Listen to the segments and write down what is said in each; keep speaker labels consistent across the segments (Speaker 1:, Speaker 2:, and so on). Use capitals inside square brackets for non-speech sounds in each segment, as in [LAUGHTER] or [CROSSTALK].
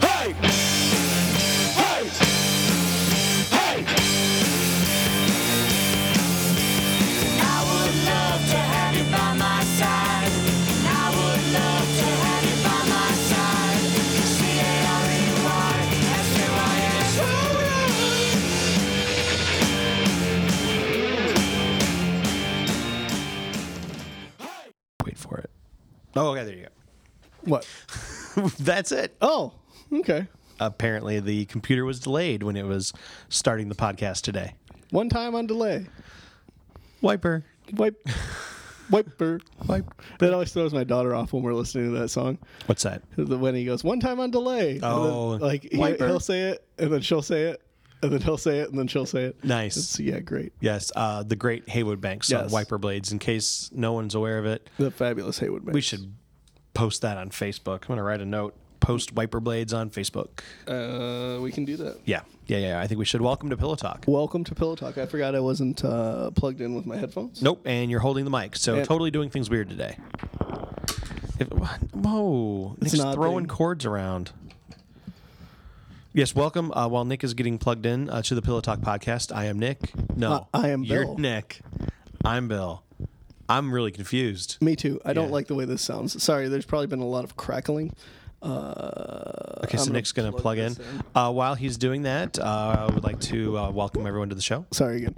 Speaker 1: Hey! Hey! Hey! I would love to have you by my side. I would love to have you by my side. C-A-R-E-Y, S-U-I-S.
Speaker 2: Wait for it.
Speaker 3: Oh, okay, there you
Speaker 2: What?
Speaker 3: go. [LAUGHS] That's it.
Speaker 2: Oh, okay.
Speaker 3: Apparently, the computer was delayed when it was starting the podcast today.
Speaker 2: One time on delay.
Speaker 3: Wiper.
Speaker 2: Wipe. [LAUGHS] Wiper.
Speaker 3: Wipe.
Speaker 2: That always throws my daughter off when we're listening to that song.
Speaker 3: What's that?
Speaker 2: The- When he goes, one time on delay. And then,
Speaker 3: Oh,
Speaker 2: like he,
Speaker 3: wiper.
Speaker 2: will say it, and then she'll say it, and then he'll say it, and then she'll say it.
Speaker 3: Nice.
Speaker 2: It's- yeah, great.
Speaker 3: Yes, uh, the great Haywood Bank song,
Speaker 2: Yes.
Speaker 3: Wiper Blades. In case no one's aware of it,
Speaker 2: The fabulous Haywood Banks.
Speaker 3: we should post that on Facebook. I'm going to write a note. Post Wiper Blades on Facebook.
Speaker 2: Uh, we can do that.
Speaker 3: Yeah. Yeah, yeah. I think we should. Welcome to Pillow Talk.
Speaker 2: Welcome to Pillow Talk. I forgot I wasn't uh, plugged in with my headphones.
Speaker 3: Nope. And you're holding the mic. So,
Speaker 2: Yeah.
Speaker 3: totally doing things weird today. If, whoa. Nick's
Speaker 2: an odd
Speaker 3: throwing
Speaker 2: thing.
Speaker 3: cords around. Yes, welcome. Uh, while Nick is getting plugged in uh, to the Pillow Talk podcast, I am Nick. No,
Speaker 2: Uh, I am
Speaker 3: You're
Speaker 2: Bill.
Speaker 3: Nick. I'm Bill. I'm really confused.
Speaker 2: Me too. I don't
Speaker 3: Yeah.
Speaker 2: like the way this sounds. Sorry, there's probably been a lot of crackling.
Speaker 3: Okay, so
Speaker 2: gonna
Speaker 3: Nick's going to plug
Speaker 2: plug
Speaker 3: in.
Speaker 2: this in.
Speaker 3: Uh, while he's doing that, uh, I would like to uh, welcome everyone to the show.
Speaker 2: Sorry again.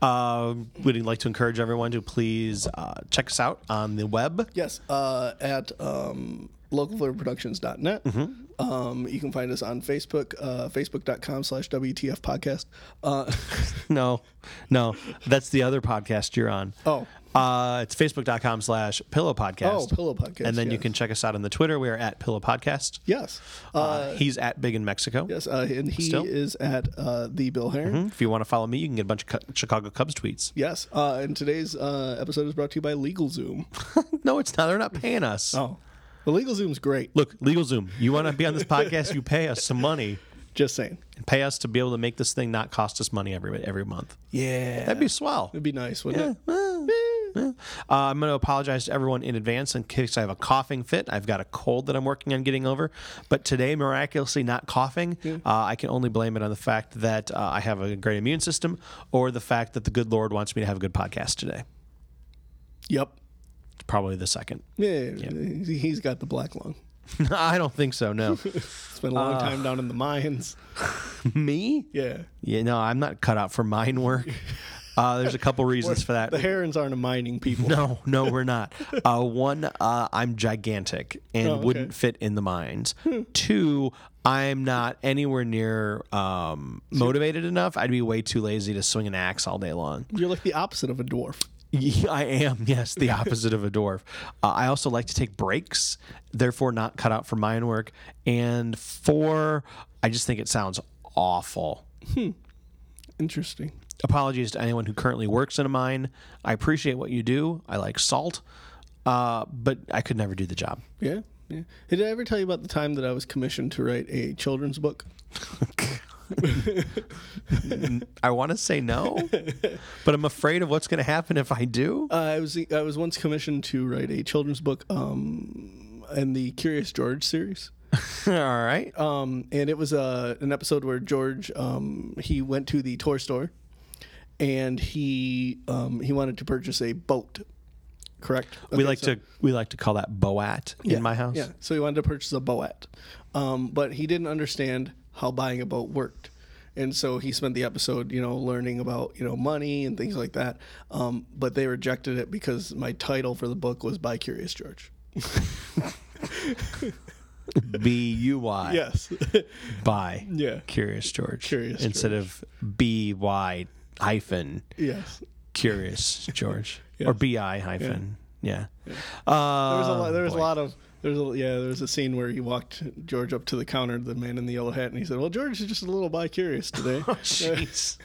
Speaker 3: Uh, we'd like to encourage everyone to please uh, check us out on the web.
Speaker 2: Yes, uh, at um, localflavorproductions.net.
Speaker 3: Mm-hmm.
Speaker 2: Um, you can find us on Facebook, uh, facebook.com slash WTF podcast. Uh, [LAUGHS]
Speaker 3: [LAUGHS] No, no, that's the other podcast you're on.
Speaker 2: oh,
Speaker 3: Uh, it's facebook.com slash pillow podcast.
Speaker 2: Oh, Pillow Podcast,
Speaker 3: And then you
Speaker 2: yes.
Speaker 3: can check us out on the Twitter. We are at pillow podcast.
Speaker 2: yes. Uh,
Speaker 3: Uh, he's at big in Mexico.
Speaker 2: yes, uh, and he
Speaker 3: still? Mm-hmm.
Speaker 2: is at uh, the Bill Heron.
Speaker 3: If you want to follow me, you can get a bunch of Cu- Chicago Cubs tweets.
Speaker 2: Yes, uh, and today's uh, episode is brought to you
Speaker 3: [LAUGHS]
Speaker 2: by LegalZoom.
Speaker 3: No, it's not. They're not paying us.
Speaker 2: Oh. Well, LegalZoom's great.
Speaker 3: Look, LegalZoom, you want to be on this podcast, you pay us some money
Speaker 2: Just saying.
Speaker 3: and pay us to be able to make this thing not cost us money every every month.
Speaker 2: Yeah.
Speaker 3: That'd be swell.
Speaker 2: It'd be nice, wouldn't it?
Speaker 3: [LAUGHS] Uh, I'm going to apologize to everyone in advance in case I have a coughing fit. I've got a cold that I'm working on getting over, but today, miraculously, not coughing. Uh, I can only blame it on the fact that uh, I have a great immune system or the fact that the good Lord wants me to have a good podcast today.
Speaker 2: Yep.
Speaker 3: It's probably the second. [LAUGHS]
Speaker 2: Yeah, he's got the black lung.
Speaker 3: I don't think so. No,
Speaker 2: Spent a
Speaker 3: Ah.
Speaker 2: long time down in the mines.
Speaker 3: me?
Speaker 2: Yeah.
Speaker 3: Yeah, no, I'm not cut out for mine work. Uh, there's a couple reasons for that.
Speaker 2: The Herons aren't a mining people.
Speaker 3: [LAUGHS] No, no, we're not. Uh, one, uh, I'm gigantic and
Speaker 2: okay.
Speaker 3: wouldn't fit in the mines. Two, I'm not anywhere near um, motivated enough. I'd be way too lazy to swing an axe all day long. [LAUGHS]
Speaker 2: You're like the opposite of a dwarf.
Speaker 3: Yeah, I am, yes, the opposite of a dwarf. Uh, I also like to take breaks, therefore, not cut out for mine work. And four, I just think it sounds awful.
Speaker 2: Interesting.
Speaker 3: apologies to anyone who currently works in a mine. I appreciate what you do. I like salt, uh, but I could never do the job.
Speaker 2: Yeah. Yeah. Hey, did I ever tell you about the time that I was commissioned to write a children's book?
Speaker 3: I want to say
Speaker 2: [LAUGHS]
Speaker 3: no, but I'm afraid of what's going to happen if I do.
Speaker 2: Uh, I was I was once commissioned to write a children's book um, in the Curious George series.
Speaker 3: [LAUGHS] All right.
Speaker 2: Um, and it was uh, an episode where George um, he went to the toy store and he um, he wanted to purchase a boat. Correct.
Speaker 3: we like to we like to call that boat
Speaker 2: Yeah,
Speaker 3: in my house.
Speaker 2: Yeah. So he wanted to purchase a boat, um, but he didn't understand how buying a boat worked, and so he spent the episode, you know, learning about you know money and things like that. Um, but they rejected it because my title for the book was "By Curious George."
Speaker 3: B U Y.
Speaker 2: Yes.
Speaker 3: By.
Speaker 2: Yeah.
Speaker 3: Curious George.
Speaker 2: Curious
Speaker 3: Instead of B Y hyphen
Speaker 2: [LAUGHS] yes.
Speaker 3: Curious
Speaker 2: [LAUGHS]
Speaker 3: George
Speaker 2: Yes.
Speaker 3: or B I hyphen. Yeah. Uh,
Speaker 2: There was a lot. There was
Speaker 3: boy.
Speaker 2: a lot of. There's a yeah. There was a scene where he walked George up to the counter, the man in the yellow hat, and he said, "Well, George is just a little bi
Speaker 3: [LAUGHS]
Speaker 2: curious today."
Speaker 3: Oh,
Speaker 2: [LAUGHS]
Speaker 3: Jeez.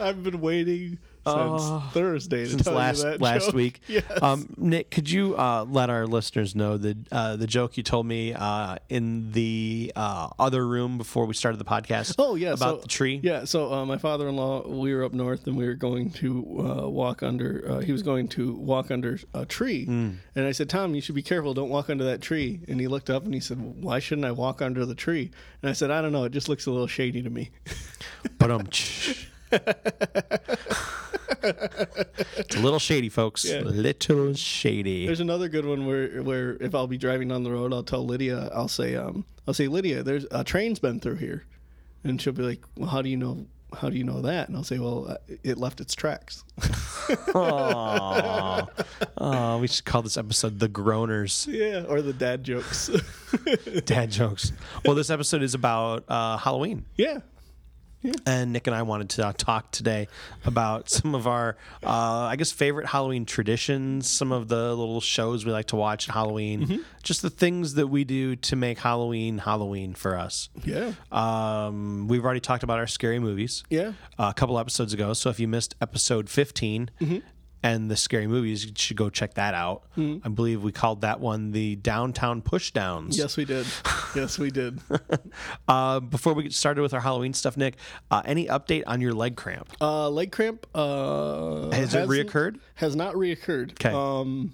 Speaker 2: I've been waiting since Thursday. To
Speaker 3: Oh. since
Speaker 2: tell you
Speaker 3: last
Speaker 2: that
Speaker 3: last
Speaker 2: joke.
Speaker 3: week.
Speaker 2: [LAUGHS] Yes.
Speaker 3: Um, Nick, could you uh, let our listeners know the uh, the joke you told me uh, in the uh, other room before we started the podcast?
Speaker 2: Oh yeah,
Speaker 3: about
Speaker 2: so-
Speaker 3: the tree.
Speaker 2: Yeah, so uh, my father-in-law, we were up north, and we were going to uh, walk under. Uh, he was going to walk under a tree,
Speaker 3: Hmm.
Speaker 2: and I said, "Tom, you should be careful. Don't walk under that tree." And he looked up and he said, "Why shouldn't I walk under the tree?" And I said, "I don't know. It just looks a little shady to me." [LAUGHS]
Speaker 3: But um, it's a little shady, folks. A little shady.
Speaker 2: There's another good one where where if I'll be driving down the road, I'll tell Lydia, I'll say, um, I'll say, Lydia, there's a train's been through here, and she'll be like, Well, how do you know? How do you know that? And I'll say, Well, uh, it left its tracks.
Speaker 3: Aw. Aw, Uh, we should call this episode "The Groaners." [LAUGHS]
Speaker 2: yeah, [LAUGHS] or the dad jokes. [LAUGHS]
Speaker 3: Dad jokes. Well, this episode is about uh, Halloween.
Speaker 2: yeah,
Speaker 3: and Nick and I wanted to uh, talk today about some of our, uh, I guess, favorite Halloween traditions, some of the little shows we like to watch at Halloween, just the things that we do to make Halloween Halloween for us.
Speaker 2: yeah,
Speaker 3: Um, we've already talked about our scary movies
Speaker 2: Yeah.
Speaker 3: uh, a couple episodes ago. So if you missed episode 15
Speaker 2: Mm-hmm.
Speaker 3: and the scary movies, you should go check that out.
Speaker 2: Mm-hmm.
Speaker 3: I believe we called that one the Downtown Pushdowns.
Speaker 2: yes, we did. Yes, we
Speaker 3: [LAUGHS]
Speaker 2: did.
Speaker 3: Uh, before we get started with our Halloween stuff, Nick, uh, any update on your leg cramp?
Speaker 2: Uh, leg cramp. Uh,
Speaker 3: Has it
Speaker 2: hasn't-
Speaker 3: reoccurred?
Speaker 2: Has not reoccurred.
Speaker 3: 'Kay.
Speaker 2: Um,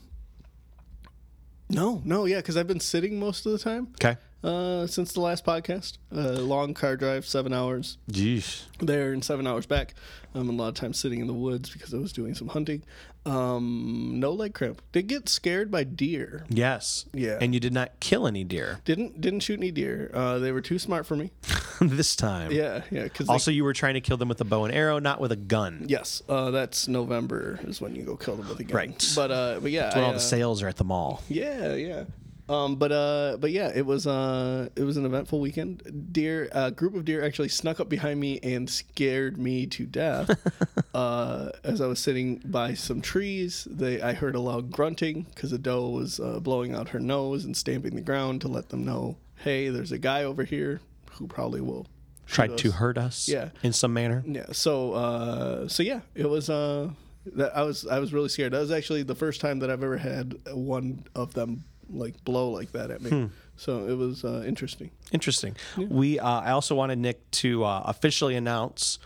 Speaker 2: no, no, yeah, because I've been sitting most of the time.
Speaker 3: Okay.
Speaker 2: Uh, since the last podcast, uh, long car drive, seven hours.
Speaker 3: Jeez.
Speaker 2: there and seven hours back. Um, and a lot of times sitting in the woods because I was doing some hunting. Um, no leg cramp. Did get scared by deer.
Speaker 3: Yes.
Speaker 2: Yeah.
Speaker 3: And you did not kill any deer [LAUGHS]
Speaker 2: Didn't didn't shoot any deer. Uh, they were too smart for me.
Speaker 3: this time.
Speaker 2: Yeah, yeah. Because
Speaker 3: Also, you were trying to kill them with a bow and arrow, not with a gun.
Speaker 2: yes, uh, that's November is when you go kill them with a gun.
Speaker 3: Right.
Speaker 2: But uh, but yeah,
Speaker 3: When
Speaker 2: I,
Speaker 3: all the
Speaker 2: uh,
Speaker 3: sales are at the
Speaker 2: [LAUGHS]
Speaker 3: mall.
Speaker 2: yeah, yeah. Um, but uh, but yeah, it was uh, it was an eventful weekend. Deer, a group of deer actually snuck up behind me and scared me
Speaker 3: [LAUGHS]
Speaker 2: to death. uh, as I was sitting by some trees, they I heard a loud grunting because a doe was uh, blowing out her nose and stamping the ground to let them know, hey, there's a guy over here who probably will.
Speaker 3: Tried to hurt us.
Speaker 2: Yeah.
Speaker 3: In some manner.
Speaker 2: Yeah. So uh, so yeah, it was uh, that I was I was really scared. That was actually the first time that I've ever had one of them like blow like that at me.
Speaker 3: Hmm.
Speaker 2: So it was uh, interesting.
Speaker 3: Interesting. We. Uh, I also wanted Nick to uh, officially announce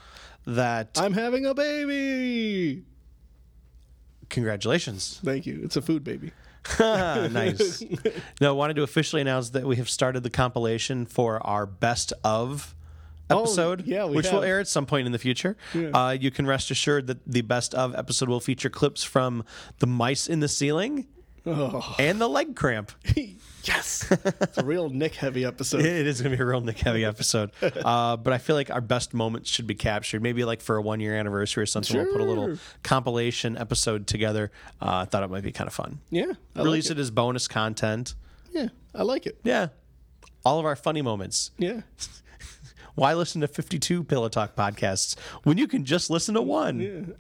Speaker 3: that.
Speaker 2: I'm having a baby. [LAUGHS]
Speaker 3: congratulations. [LAUGHS]
Speaker 2: Thank you. It's a food baby.
Speaker 3: nice. no, I wanted to officially announce that we have started the compilation for our best of episode,
Speaker 2: Oh, yeah, we
Speaker 3: which will
Speaker 2: have.
Speaker 3: air at some point in the future. Uh, you can rest assured that the best of episode will feature clips from the mice in the ceiling and the leg cramp.
Speaker 2: yes. Oh, It's a real [LAUGHS] Nick heavy episode.
Speaker 3: It is going to be a real Nick heavy
Speaker 2: [LAUGHS]
Speaker 3: episode. Uh, but I feel like our best moments should be captured. Maybe like for a one year anniversary or something, we'll put a little
Speaker 2: Sure.
Speaker 3: compilation episode together. Uh, I thought it might be kind of fun.
Speaker 2: Yeah. I
Speaker 3: Release
Speaker 2: like
Speaker 3: it as bonus content.
Speaker 2: Yeah. I like it.
Speaker 3: Yeah. All of our funny moments.
Speaker 2: Yeah.
Speaker 3: Why listen to 52 Pillow Talk podcasts when you can just listen to one?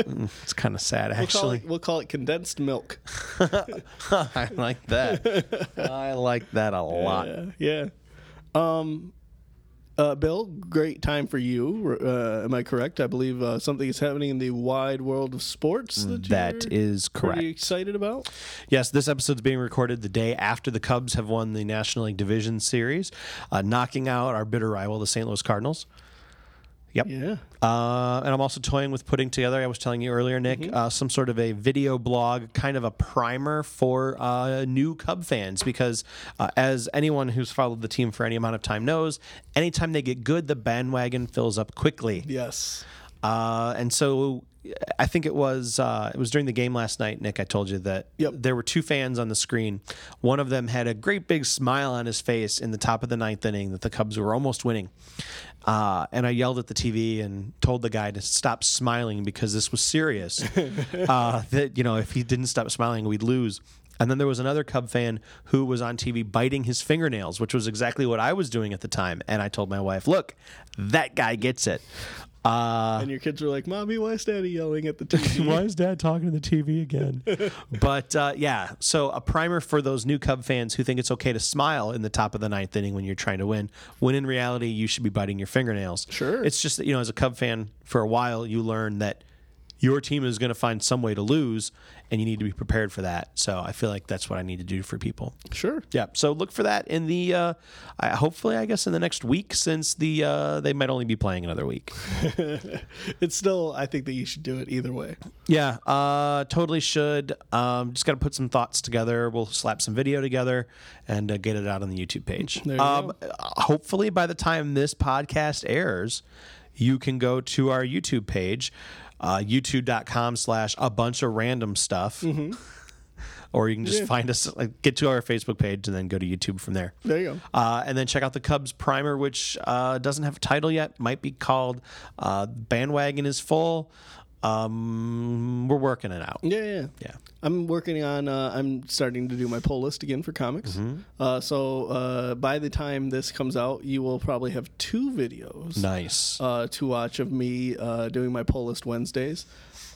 Speaker 3: Mm, it's kind of sad,
Speaker 2: We'll call,
Speaker 3: actually. [LAUGHS]
Speaker 2: it, we'll call it condensed milk.
Speaker 3: I like that.
Speaker 2: [LAUGHS]
Speaker 3: I like that a lot.
Speaker 2: Yeah, yeah. Um, uh, Bill, great time for you. Uh, am I correct? I believe uh, something is happening in the wide world of sports. That,
Speaker 3: That
Speaker 2: you're
Speaker 3: is correct.
Speaker 2: Pretty excited about.
Speaker 3: Yes, this episode's being recorded the day after the Cubs have won the National League Division Series, uh, knocking out our bitter rival, the St. Louis Cardinals. Yep.
Speaker 2: Yeah.
Speaker 3: Uh, and I'm also toying with putting together, I was telling you earlier, Nick, uh, some sort of a video blog, kind of a primer for uh, new Cub fans. Because uh, as anyone who's followed the team for any amount of time knows, anytime they get good, the bandwagon fills up quickly.
Speaker 2: Yes.
Speaker 3: Uh, and so I think it was uh, it was during the game last night, Nick. I told you that
Speaker 2: Yep.
Speaker 3: there were two fans on the screen. One of them had a great big smile on his face in the top of the ninth inning that the Cubs were almost winning. Uh, and I yelled at the TV and told the guy to stop smiling because this was serious. uh, that you know if he didn't stop smiling, we'd lose. And then there was another Cub fan who was on TV biting his fingernails, which was exactly what I was doing at the time. And I told my wife, look, that guy gets it. uh,
Speaker 2: and your kids were like, "Mommy, why is Daddy yelling at
Speaker 3: [LAUGHS]
Speaker 2: the TV?"
Speaker 3: Why is Dad talking to the TV again? [LAUGHS] but uh, yeah, so a primer for those new Cub fans who think it's okay to smile in the top of the ninth inning when you're trying to win, when in reality you should be biting your fingernails.
Speaker 2: Sure.
Speaker 3: It's just that you know, as a Cub fan, for a while you learn that your team is going to find some way to lose, and you need to be prepared for that. So I feel like that's what I need to do for people.
Speaker 2: sure.
Speaker 3: Yeah. So look for that in the uh, I, hopefully, I guess, in the next week, since the uh, they might only be playing another week.
Speaker 2: It's still, I think that you should do it either way.
Speaker 3: Yeah, uh, totally should. Um, just got to put some thoughts together. We'll slap some video together and uh, get it out on the YouTube page.
Speaker 2: There you
Speaker 3: um,
Speaker 2: go.
Speaker 3: uh, Hopefully, by the time this podcast airs, you can go to our YouTube page, uh, youtube.com slash a bunch of random stuff.
Speaker 2: Mm-hmm.
Speaker 3: [LAUGHS] Or you can just find us, like, get to our Facebook page, and then go to YouTube from there.
Speaker 2: There you go.
Speaker 3: Uh, and then check out the Cubs primer, which uh, doesn't have a title yet. Might be called uh, "Bandwagon Is Full." Um, we're working it out.
Speaker 2: Yeah, yeah,
Speaker 3: Yeah.
Speaker 2: I'm working on. Uh, I'm starting to do my poll list again for comics.
Speaker 3: Mm-hmm.
Speaker 2: Uh, so uh, by the time this comes out, you will probably have two videos
Speaker 3: Nice.
Speaker 2: uh, to watch of me uh, doing my poll list Wednesdays,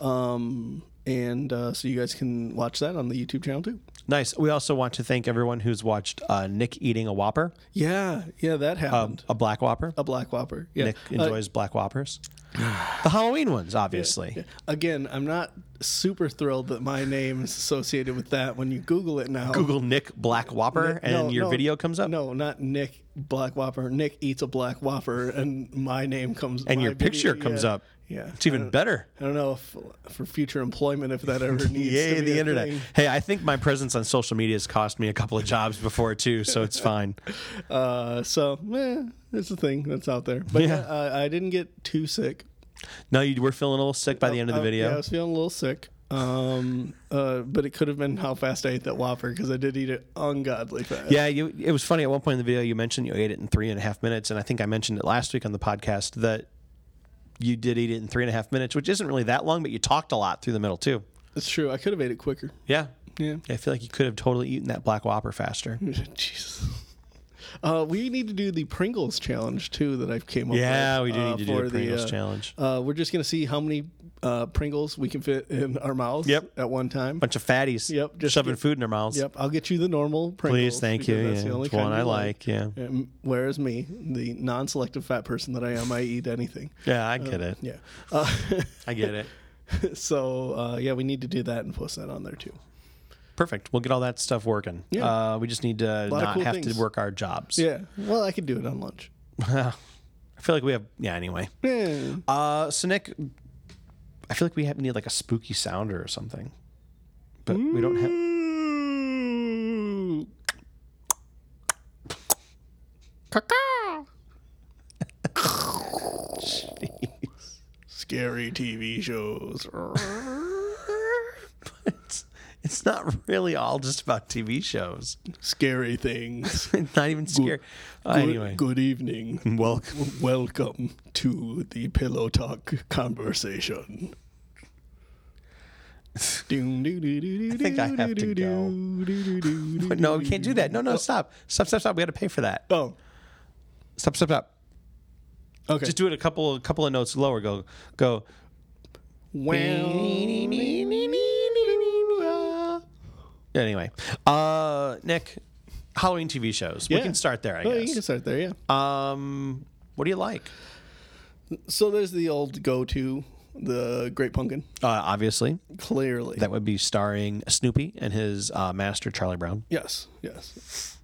Speaker 2: um, and uh, so you guys can watch that on the YouTube channel too.
Speaker 3: nice. We also want to thank everyone who's watched uh, Nick eating a Whopper,
Speaker 2: Yeah, yeah, that happened.
Speaker 3: a Black Whopper.
Speaker 2: a black whopper. Oh, Yeah.
Speaker 3: Um, Nick
Speaker 2: Uh,
Speaker 3: enjoys Black Whoppers. The Halloween ones, obviously.
Speaker 2: again, I'm not super thrilled that my name is associated with that. When you Google it now,
Speaker 3: Google Nick Black Whopper, and
Speaker 2: No,
Speaker 3: your
Speaker 2: no,
Speaker 3: video comes up.
Speaker 2: No, not Nick Black Whopper. Nick eats a Black Whopper, and my name comes.
Speaker 3: And
Speaker 2: my
Speaker 3: your
Speaker 2: video-
Speaker 3: picture comes
Speaker 2: yeah,
Speaker 3: up.
Speaker 2: Yeah,
Speaker 3: It's even better.
Speaker 2: I don't know if for future employment if
Speaker 3: [LAUGHS]
Speaker 2: that ever needs.
Speaker 3: Yay,
Speaker 2: to be
Speaker 3: the
Speaker 2: a
Speaker 3: internet.
Speaker 2: thing.
Speaker 3: Hey, I think my presence on social media has cost me a couple of jobs before, too, so it's
Speaker 2: [LAUGHS]
Speaker 3: fine.
Speaker 2: Uh, so, eh, it's a thing that's out there. But
Speaker 3: Yeah.
Speaker 2: yeah, I, I didn't get too sick.
Speaker 3: No, you were feeling a little sick by the end of the
Speaker 2: I-
Speaker 3: video.
Speaker 2: yeah, I was feeling a little sick. Um, uh, but it could have been how fast I ate that Whopper because I did eat it ungodly fast.
Speaker 3: Yeah, you, it was funny. At one point in the video, you mentioned you ate it in three and a half minutes, and I think I mentioned it last week on the podcast that you did eat it in three and a half minutes, which isn't really that long, but you talked a lot through the middle too.
Speaker 2: it's true. I could have ate it quicker. [LAUGHS]
Speaker 3: Yeah,
Speaker 2: Yeah. Mm-hmm.
Speaker 3: I feel like you could have totally eaten that black whopper faster.
Speaker 2: Jesus. Uh, we need to do the Pringles challenge too that I've came up
Speaker 3: Yeah, we
Speaker 2: with.
Speaker 3: do
Speaker 2: uh,
Speaker 3: need to do
Speaker 2: for
Speaker 3: a Pringles
Speaker 2: uh,
Speaker 3: challenge.
Speaker 2: Uh, we're just gonna see how many uh, Pringles we can fit in our mouths.
Speaker 3: Yep.
Speaker 2: at one time.
Speaker 3: Bunch of fatties.
Speaker 2: Yep, just
Speaker 3: shoving
Speaker 2: get-
Speaker 3: food in their mouths.
Speaker 2: Yep, I'll get you the normal Pringles.
Speaker 3: Please, thank
Speaker 2: because
Speaker 3: you.
Speaker 2: That's
Speaker 3: Yeah,
Speaker 2: the only
Speaker 3: it's one
Speaker 2: kind
Speaker 3: I
Speaker 2: you
Speaker 3: like. Yeah,
Speaker 2: Um, Whereas me, the non-selective fat person that I am, I eat anything.
Speaker 3: yeah, I get it.
Speaker 2: Yeah. Uh,
Speaker 3: I get it.
Speaker 2: so uh, yeah, we need to do that and post that on there too.
Speaker 3: Perfect. We'll get all that stuff working.
Speaker 2: Yeah.
Speaker 3: Uh, we just need to
Speaker 2: lot of
Speaker 3: not
Speaker 2: cool
Speaker 3: have
Speaker 2: things.
Speaker 3: to work our jobs.
Speaker 2: Yeah. Well, I could do it on lunch.
Speaker 3: I feel like we have. Yeah. Anyway.
Speaker 2: Yeah.
Speaker 3: Uh, so Nick, I feel like we have need like a spooky sounder or something, but we don't have. [LAUGHS]
Speaker 2: Mm. Ooh. Scary TV shows.
Speaker 3: it's, it's not really all just about TV
Speaker 2: [LAUGHS]
Speaker 3: shows.
Speaker 2: Scary things.
Speaker 3: It's not even scary. Uh, [LAUGHS]
Speaker 2: Good,
Speaker 3: anyway, [LAUGHS]
Speaker 2: good evening.
Speaker 3: welcome.
Speaker 2: Welcome to the Pillow Talk
Speaker 3: [LAUGHS]
Speaker 2: conversation. I
Speaker 3: I think I have to
Speaker 2: go.
Speaker 3: [LAUGHS] No, we can't do that. No, no, stop, stop, stop, stop. We got to pay for that.
Speaker 2: Oh,
Speaker 3: Stop, stop, stop.
Speaker 2: okay.
Speaker 3: Just do it a couple, a couple of notes lower. Go, go. Anyway, uh, Nick, Halloween TV shows. We
Speaker 2: Yeah.
Speaker 3: can start there. I
Speaker 2: Oh, you can
Speaker 3: guess.
Speaker 2: start there, yeah.
Speaker 3: Um, what do you like?
Speaker 2: so there's the old go-to, the Great Pumpkin.
Speaker 3: Uh, obviously,
Speaker 2: Clearly,
Speaker 3: that would be starring Snoopy and his uh, master Charlie Brown.
Speaker 2: yes, yes.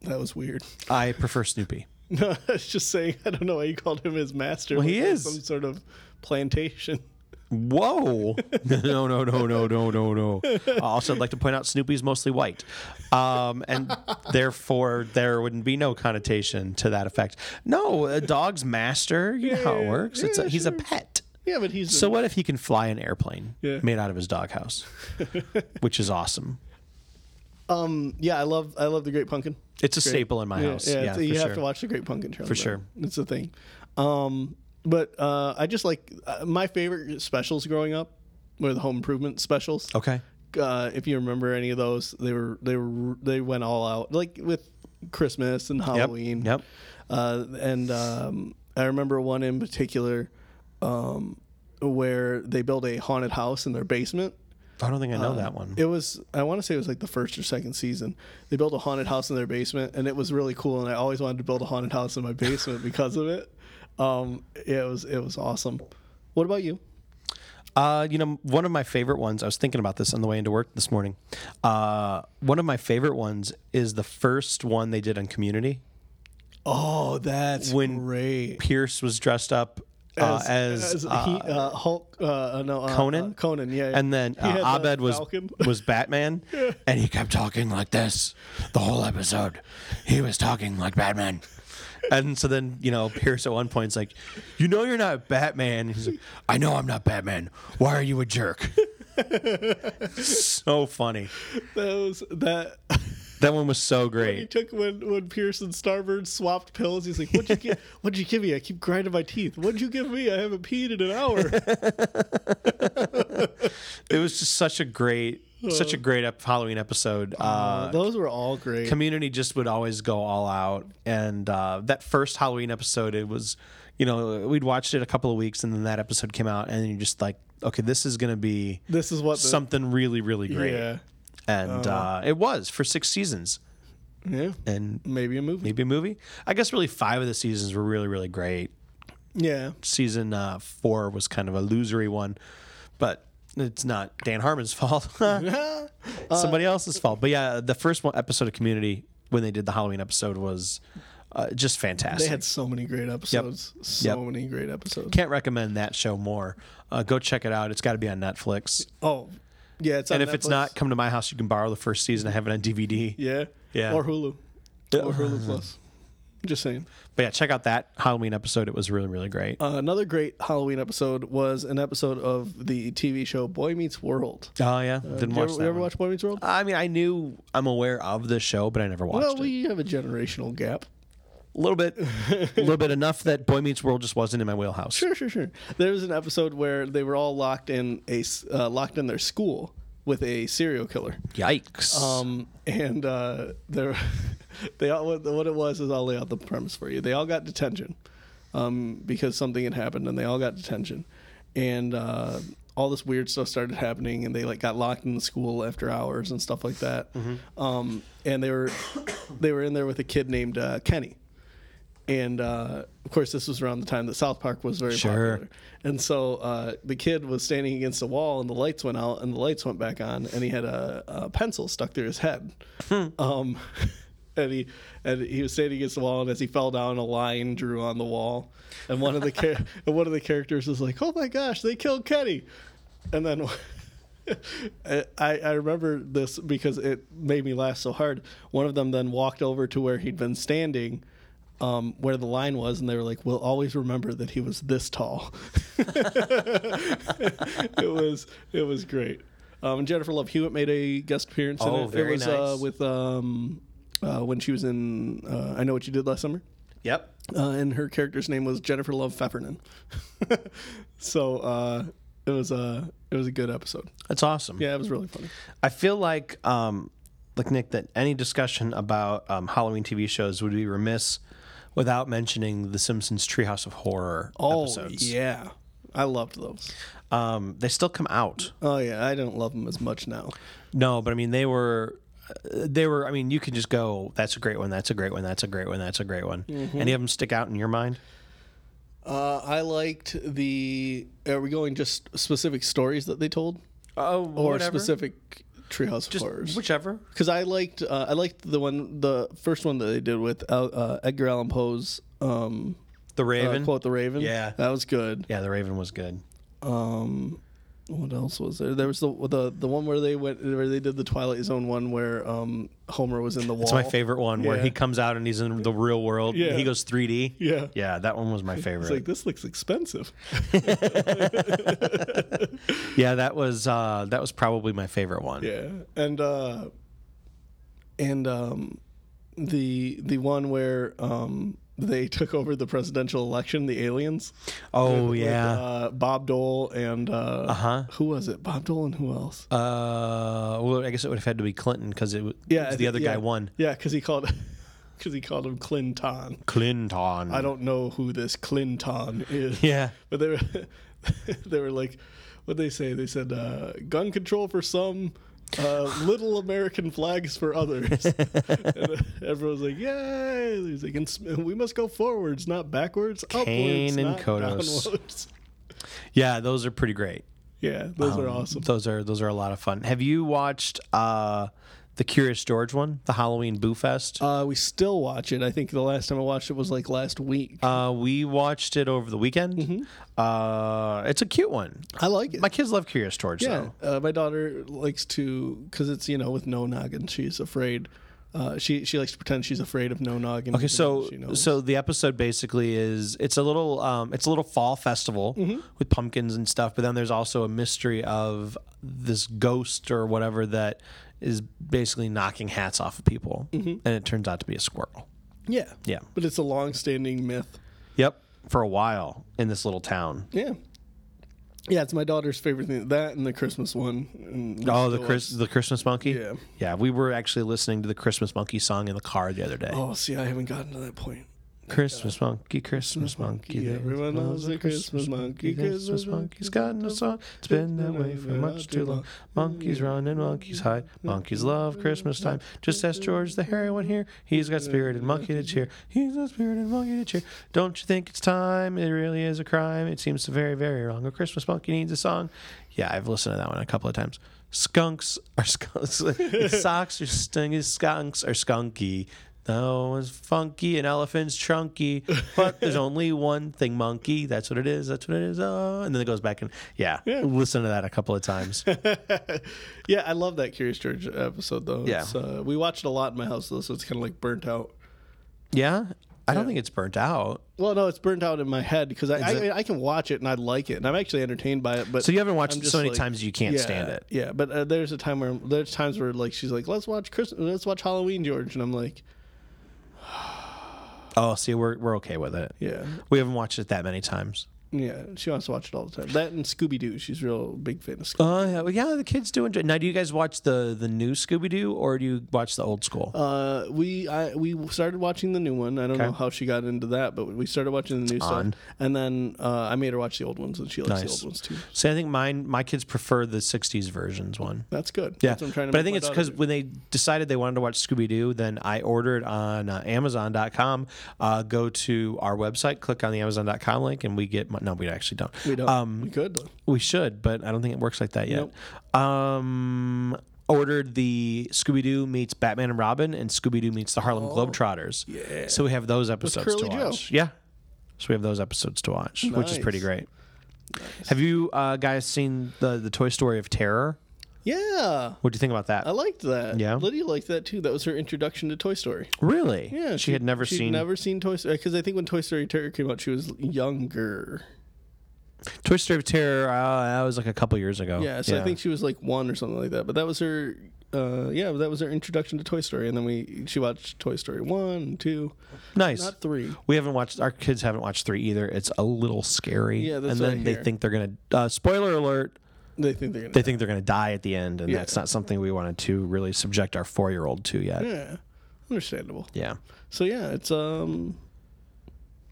Speaker 2: That was weird. [LAUGHS]
Speaker 3: I prefer Snoopy.
Speaker 2: No, I was just saying. I don't know why you called him his master. Well,
Speaker 3: he is.
Speaker 2: some sort of plantation. [LAUGHS]
Speaker 3: Whoa! [LAUGHS] No, no, no, no, no, no, no. I Also, I'd like to point out Snoopy's mostly white, um,
Speaker 2: [LAUGHS]
Speaker 3: and therefore there wouldn't be no connotation to that effect. No, a dog's master. You know how it
Speaker 2: Yeah,
Speaker 3: works. it's
Speaker 2: yeah,
Speaker 3: a, he's a
Speaker 2: sure.
Speaker 3: pet.
Speaker 2: Yeah, but he's
Speaker 3: So what if he can fly an airplane
Speaker 2: Yeah.
Speaker 3: made out of his
Speaker 2: [LAUGHS]
Speaker 3: doghouse, which is awesome.
Speaker 2: yeah. I love I love the Great Pumpkin.
Speaker 3: It's a staple in my
Speaker 2: Yeah,
Speaker 3: house.
Speaker 2: yeah,
Speaker 3: Yeah,
Speaker 2: it's-
Speaker 3: for
Speaker 2: you have
Speaker 3: sure.
Speaker 2: to watch the Great Pumpkin Charlie.
Speaker 3: For
Speaker 2: Brown.
Speaker 3: sure.
Speaker 2: it's a thing. Um, but uh, I just like uh, my favorite specials growing up were the Home Improvement specials.
Speaker 3: Okay.
Speaker 2: uh, if you remember any of those, they were they were they went all out like with Christmas and Halloween.
Speaker 3: yep.
Speaker 2: Uh, and um, I remember one in particular um, where they build a haunted house in their basement.
Speaker 3: I don't think I
Speaker 2: Um,
Speaker 3: know that one.
Speaker 2: It was I want to say it was like the first or second season. They built a haunted house in their basement, and it was really cool. And I always wanted to build a haunted house in my basement because of it. Um, it was it was awesome. What about you?
Speaker 3: Uh, you know, one of my favorite ones. I was thinking about this on the way into work this morning. Uh, one of my favorite ones is the first one they did on Community.
Speaker 2: Oh, that's
Speaker 3: When
Speaker 2: great.
Speaker 3: Pierce was dressed up uh, as,
Speaker 2: he,
Speaker 3: uh,
Speaker 2: uh, Hulk, uh, uh, no, uh,
Speaker 3: Conan?
Speaker 2: uh, Conan, yeah. yeah.
Speaker 3: and then
Speaker 2: He had
Speaker 3: uh,
Speaker 2: the
Speaker 3: Abed was
Speaker 2: Falcon. [LAUGHS]
Speaker 3: was Batman, and he kept talking like this the whole episode. He was talking like Batman. And so then, you know, Pierce at one point's like, "You know, you're not Batman." He's like, "I know I'm not Batman. Why are you a jerk?" so funny.
Speaker 2: that was that. [LAUGHS]
Speaker 3: That one was so
Speaker 2: He
Speaker 3: great.
Speaker 2: took when when Pierce and Starbird swapped pills. He's like, "What'd you give? [LAUGHS] What'd you give me? I keep grinding my teeth. What'd you give me? I haven't peed in an hour."
Speaker 3: It was just such a great, such a great ep- Halloween episode. [LAUGHS] Uh,
Speaker 2: [LAUGHS] Those were all great.
Speaker 3: community just would always go all out and uh, that first halloween episode it was you know we'd watched it a couple of weeks and then that episode came out and you're just like okay this is gonna be
Speaker 2: this is what the,
Speaker 3: something really really great
Speaker 2: Yeah, Uh-huh.
Speaker 3: and uh, it was for six seasons
Speaker 2: yeah.
Speaker 3: and
Speaker 2: Maybe a movie.
Speaker 3: maybe a movie i guess really five of the seasons were really really great
Speaker 2: Yeah,
Speaker 3: season uh, four was kind of a losery one but it's not dan harmon's [LAUGHS] fault
Speaker 2: [LAUGHS] Uh,
Speaker 3: somebody else's fault. But yeah, the first one episode of Community when they did the Halloween episode was uh, just
Speaker 2: they
Speaker 3: fantastic.
Speaker 2: had so many great episodes. So
Speaker 3: Yep.
Speaker 2: many great episodes.
Speaker 3: Can't recommend that show more. Uh, go check it out. It's got to be on Netflix.
Speaker 2: Oh, yeah. It's on
Speaker 3: and if it's
Speaker 2: Netflix.
Speaker 3: not, come to my house. You can borrow the first season. I have it on DVD.
Speaker 2: yeah,
Speaker 3: Yeah. Uh,
Speaker 2: or Hulu, or Hulu Plus. Just saying.
Speaker 3: But yeah, check out that Halloween episode. It was really really great.
Speaker 2: Uh, another great Halloween episode was an episode of the TV show Boy Meets World.
Speaker 3: oh yeah, didn't
Speaker 2: Did you
Speaker 3: watch
Speaker 2: ever,
Speaker 3: that.
Speaker 2: you ever
Speaker 3: one.
Speaker 2: watch Boy Meets World?
Speaker 3: I mean, I knew I'm aware of the show, but I never watched
Speaker 2: well,
Speaker 3: it.
Speaker 2: we have a generational gap.
Speaker 3: A little
Speaker 2: [LAUGHS]
Speaker 3: bit, a little bit enough that Boy Meets World just wasn't in my wheelhouse.
Speaker 2: Sure, sure, sure. There was an episode where they were all locked in a s- uh, locked in their school with a serial killer.
Speaker 3: Yikes!
Speaker 2: Um, and uh, there, [LAUGHS] they all what, what it was is I'll lay out the premise for you. They all got detention um, because something had happened, and they all got detention, and uh, all this weird stuff started happening, and they like got locked in the school after hours and stuff like that. Um, and they were they were in there with a kid named uh, Kenny. And uh, of course, this was around the time that South Park was very
Speaker 3: Sure.
Speaker 2: popular. And so uh, the kid was standing against the wall, and the lights went out, and the lights went back on, and he had a, a pencil stuck through his head. um, [LAUGHS] and he and he was standing against the wall, and as he fell down, a line drew on the wall. And one of the char- [LAUGHS] and one of the characters was like, "Oh my gosh, they killed Kenny!" And then [LAUGHS] I, I remember this because it made me laugh so hard. One of them then walked over to where he'd been standing, um, where the line was, and they were like, "We'll always remember that he was this tall." [LAUGHS] it was it was great. Um, Jennifer Love Hewitt made a guest appearance in
Speaker 3: Oh,
Speaker 2: it.
Speaker 3: very
Speaker 2: it was uh,
Speaker 3: nice.
Speaker 2: with um, uh, when she was in uh, I Know What You Did Last Summer
Speaker 3: yep.
Speaker 2: uh, and her character's name was Jennifer Love Pfeffernan. [LAUGHS] so uh, it was a it was a good episode.
Speaker 3: That's awesome.
Speaker 2: Yeah, it was really funny.
Speaker 3: I feel like, um, like Nick, that any discussion about um, Halloween TV shows would be remiss without mentioning the Simpsons Treehouse of Horror
Speaker 2: Oh,
Speaker 3: episodes.
Speaker 2: yeah, I loved those.
Speaker 3: Um, they still come out.
Speaker 2: Oh yeah, I don't love them as much now.
Speaker 3: No, but I mean they were. uh, They were. I mean, you can just go. That's a great one. That's a great one. That's a great one. That's a great one.
Speaker 2: Mm-hmm.
Speaker 3: Any of them stick out in your mind?
Speaker 2: Uh, I liked the. Are we going just specific stories that they told,
Speaker 3: Oh,
Speaker 2: or specific Treehouse of
Speaker 3: Just
Speaker 2: Horrors?
Speaker 3: whichever.
Speaker 2: because I liked uh, I liked the one the first one that they did with uh, uh, Edgar Allan Poe's um,
Speaker 3: The
Speaker 2: uh,
Speaker 3: Raven.
Speaker 2: quote the Raven.
Speaker 3: Yeah.
Speaker 2: that was good.
Speaker 3: yeah, the Raven was good.
Speaker 2: What else was there? There was the the the one where they went where they did the Twilight Zone one where um Homer was in the wall.
Speaker 3: It's my favorite one where
Speaker 2: Yeah.
Speaker 3: he comes out and he's in the real world.
Speaker 2: Yeah.
Speaker 3: He goes 3D.
Speaker 2: Yeah.
Speaker 3: Yeah, that one was my favorite.
Speaker 2: It's like this looks expensive. [LAUGHS]
Speaker 3: Yeah, that was uh, that was probably my favorite one.
Speaker 2: Yeah, and uh, and um, the the one where um they took over the presidential election, the aliens.
Speaker 3: Oh
Speaker 2: with,
Speaker 3: yeah.
Speaker 2: uh, Bob Dole and uh
Speaker 3: Uh-huh.
Speaker 2: who was it? Bob Dole and who else?
Speaker 3: Uh, well, I guess it would have had to be Clinton because it w-
Speaker 2: yeah, I
Speaker 3: the
Speaker 2: thi-
Speaker 3: other
Speaker 2: yeah.
Speaker 3: guy won.
Speaker 2: Yeah, because he called. [LAUGHS] because he called him Clinton.
Speaker 3: Clinton.
Speaker 2: I don't know who this Clinton is.
Speaker 3: Yeah.
Speaker 2: But they were [LAUGHS] they were like what they say? They said uh, gun control for some,
Speaker 3: [LAUGHS]
Speaker 2: uh, little American flags for others. and uh, everyone's like, "Yay!" He's like, "And s- "We must go forwards, not backwards. upwards,
Speaker 3: Cain and
Speaker 2: not
Speaker 3: Kodos.
Speaker 2: downwards." [LAUGHS]
Speaker 3: Yeah, those are pretty great.
Speaker 2: Yeah, those
Speaker 3: Um,
Speaker 2: are awesome.
Speaker 3: Those are those are a lot of fun. Have you watched uh the Curious George one, the Halloween Boo Fest?
Speaker 2: Uh, we still watch it. I think the last time I watched it was like last week.
Speaker 3: Uh, we watched it over the weekend.
Speaker 2: Mm-hmm.
Speaker 3: Uh, it's a cute one.
Speaker 2: I like it.
Speaker 3: My kids love Curious George,
Speaker 2: Yeah,
Speaker 3: though.
Speaker 2: uh, my daughter likes to because it's you know with no noggin, she's afraid. Uh, she she likes to pretend she's afraid of no noggin.
Speaker 3: Okay,
Speaker 2: even though
Speaker 3: so
Speaker 2: she knows.
Speaker 3: so the episode basically is it's a little um, it's a little fall festival
Speaker 2: Mm-hmm.
Speaker 3: with pumpkins and stuff, but then there's also a mystery of this ghost or whatever that is basically knocking hats off of people,
Speaker 2: Mm-hmm.
Speaker 3: and it turns out to be a squirrel.
Speaker 2: yeah,
Speaker 3: Yeah.
Speaker 2: but it's a long-standing myth.
Speaker 3: Yep, for a while in this little town.
Speaker 2: Yeah, yeah, it's my daughter's favorite thing. That and the Christmas one. And
Speaker 3: Oh, the Chris, the Christmas monkey.
Speaker 2: Yeah.
Speaker 3: yeah. We were actually listening to the Christmas monkey song in the car the other day.
Speaker 2: Oh, see, I haven't gotten to that point.
Speaker 3: Christmas monkey, Christmas monkey.
Speaker 2: Everyone loves a Christmas monkey. Christmas monkey's
Speaker 3: got no song. It's been that way for much too long. Monkeys run and monkeys hide. Monkeys love Christmas time. Just ask George the hairy one here. He's got spirit and monkey to cheer. He's got spirit and monkey to cheer. Don't you think it's time? It really is a crime. It seems very, very wrong. A Christmas monkey needs a song. Yeah, I've listened to that one a couple of times. Skunks are [LAUGHS] skunks. Socks are stingy. Skunks are skunky. No one's funky and elephants chunky, but there's only one thing monkey. That's what it is. That's what it is. Oh, and then it goes back and yeah, listen to that a couple of times.
Speaker 2: Yeah, I love that Curious George episode though.
Speaker 3: Yeah.
Speaker 2: It's, uh, we watched a lot in my house though, so it's kind of like burnt out.
Speaker 3: yeah, I don't think it's burnt out.
Speaker 2: Well, no, it's burnt out in my head because I,
Speaker 3: Is it-
Speaker 2: I I can watch it and I like it and I'm actually entertained by it. But
Speaker 3: So you haven't watched
Speaker 2: I'm
Speaker 3: it
Speaker 2: just
Speaker 3: so many
Speaker 2: like-
Speaker 3: times you can't stand it.
Speaker 2: Yeah, but uh, there's a time where there's times where like she's like, let's watch Christmas, let's watch Halloween, George, and I'm like,
Speaker 3: Oh, see, we're we're okay with it.
Speaker 2: yeah,
Speaker 3: we haven't watched it that many times.
Speaker 2: yeah. She wants to watch it all the time. That and Scooby Doo. She's a real big fan of Scooby.
Speaker 3: Oh yeah, well, yeah. The kids do enjoy. Now, do you guys watch the the new Scooby Doo or do you watch the old school?
Speaker 2: Uh, we I, we started watching the new one. I don't know how she got into that, but we started watching the new
Speaker 3: on.
Speaker 2: stuff, and then uh, I made her watch the old ones, and she likes
Speaker 3: Nice.
Speaker 2: the old ones too.
Speaker 3: See, I think mine my kids prefer the '60s versions one.
Speaker 2: That's good.
Speaker 3: Yeah,
Speaker 2: That's what I'm trying to
Speaker 3: but I
Speaker 2: make
Speaker 3: think
Speaker 2: my
Speaker 3: it's
Speaker 2: daughter
Speaker 3: because
Speaker 2: do.
Speaker 3: when they decided they wanted to watch Scooby Doo, then I ordered on uh, Amazon.com. Uh, go to our website, click on the Amazon.com link, and we get. Mon- no, we actually don't.
Speaker 2: we don't um, we could though.
Speaker 3: We should, but I don't think it works like that yet. Um, ordered the Scooby Doo meets Batman and Robin, and Scooby Doo meets the Harlem Globetrotters. Yeah. So we have those episodes
Speaker 2: Oh, Curly
Speaker 3: to
Speaker 2: Joe.
Speaker 3: watch. Yeah. So we have those episodes to watch, which is pretty
Speaker 2: Nice.
Speaker 3: great. Have you uh, guys seen the the Toy Story of Terror?
Speaker 2: Yeah,
Speaker 3: What do you think about that?
Speaker 2: I liked that.
Speaker 3: Yeah.
Speaker 2: Lydia liked that too. That was her introduction to Toy Story.
Speaker 3: Really?
Speaker 2: Yeah,
Speaker 3: She, had never
Speaker 2: she'd
Speaker 3: seen
Speaker 2: never seen Toy Story because I think when Toy Story Terror came out, she was younger.
Speaker 3: Toy Story of Terror. Uh, that was like a couple years ago.
Speaker 2: Yeah, so I think she was like one or something like that. But that was her. Uh, yeah, that was her introduction to Toy Story, and then we she watched Toy Story one and two,
Speaker 3: nice.
Speaker 2: not three.
Speaker 3: We haven't watched. Our kids haven't watched three either. It's a little scary.
Speaker 2: Yeah, that's
Speaker 3: And
Speaker 2: what I
Speaker 3: then they
Speaker 2: hear.
Speaker 3: think they're gonna. Uh, spoiler alert.
Speaker 2: They think they're gonna.
Speaker 3: They think they're gonna die at the end, and
Speaker 2: Yeah.
Speaker 3: that's not something we wanted to really subject our four year old to yet. Yeah.
Speaker 2: yeah, understandable. So yeah, it's um.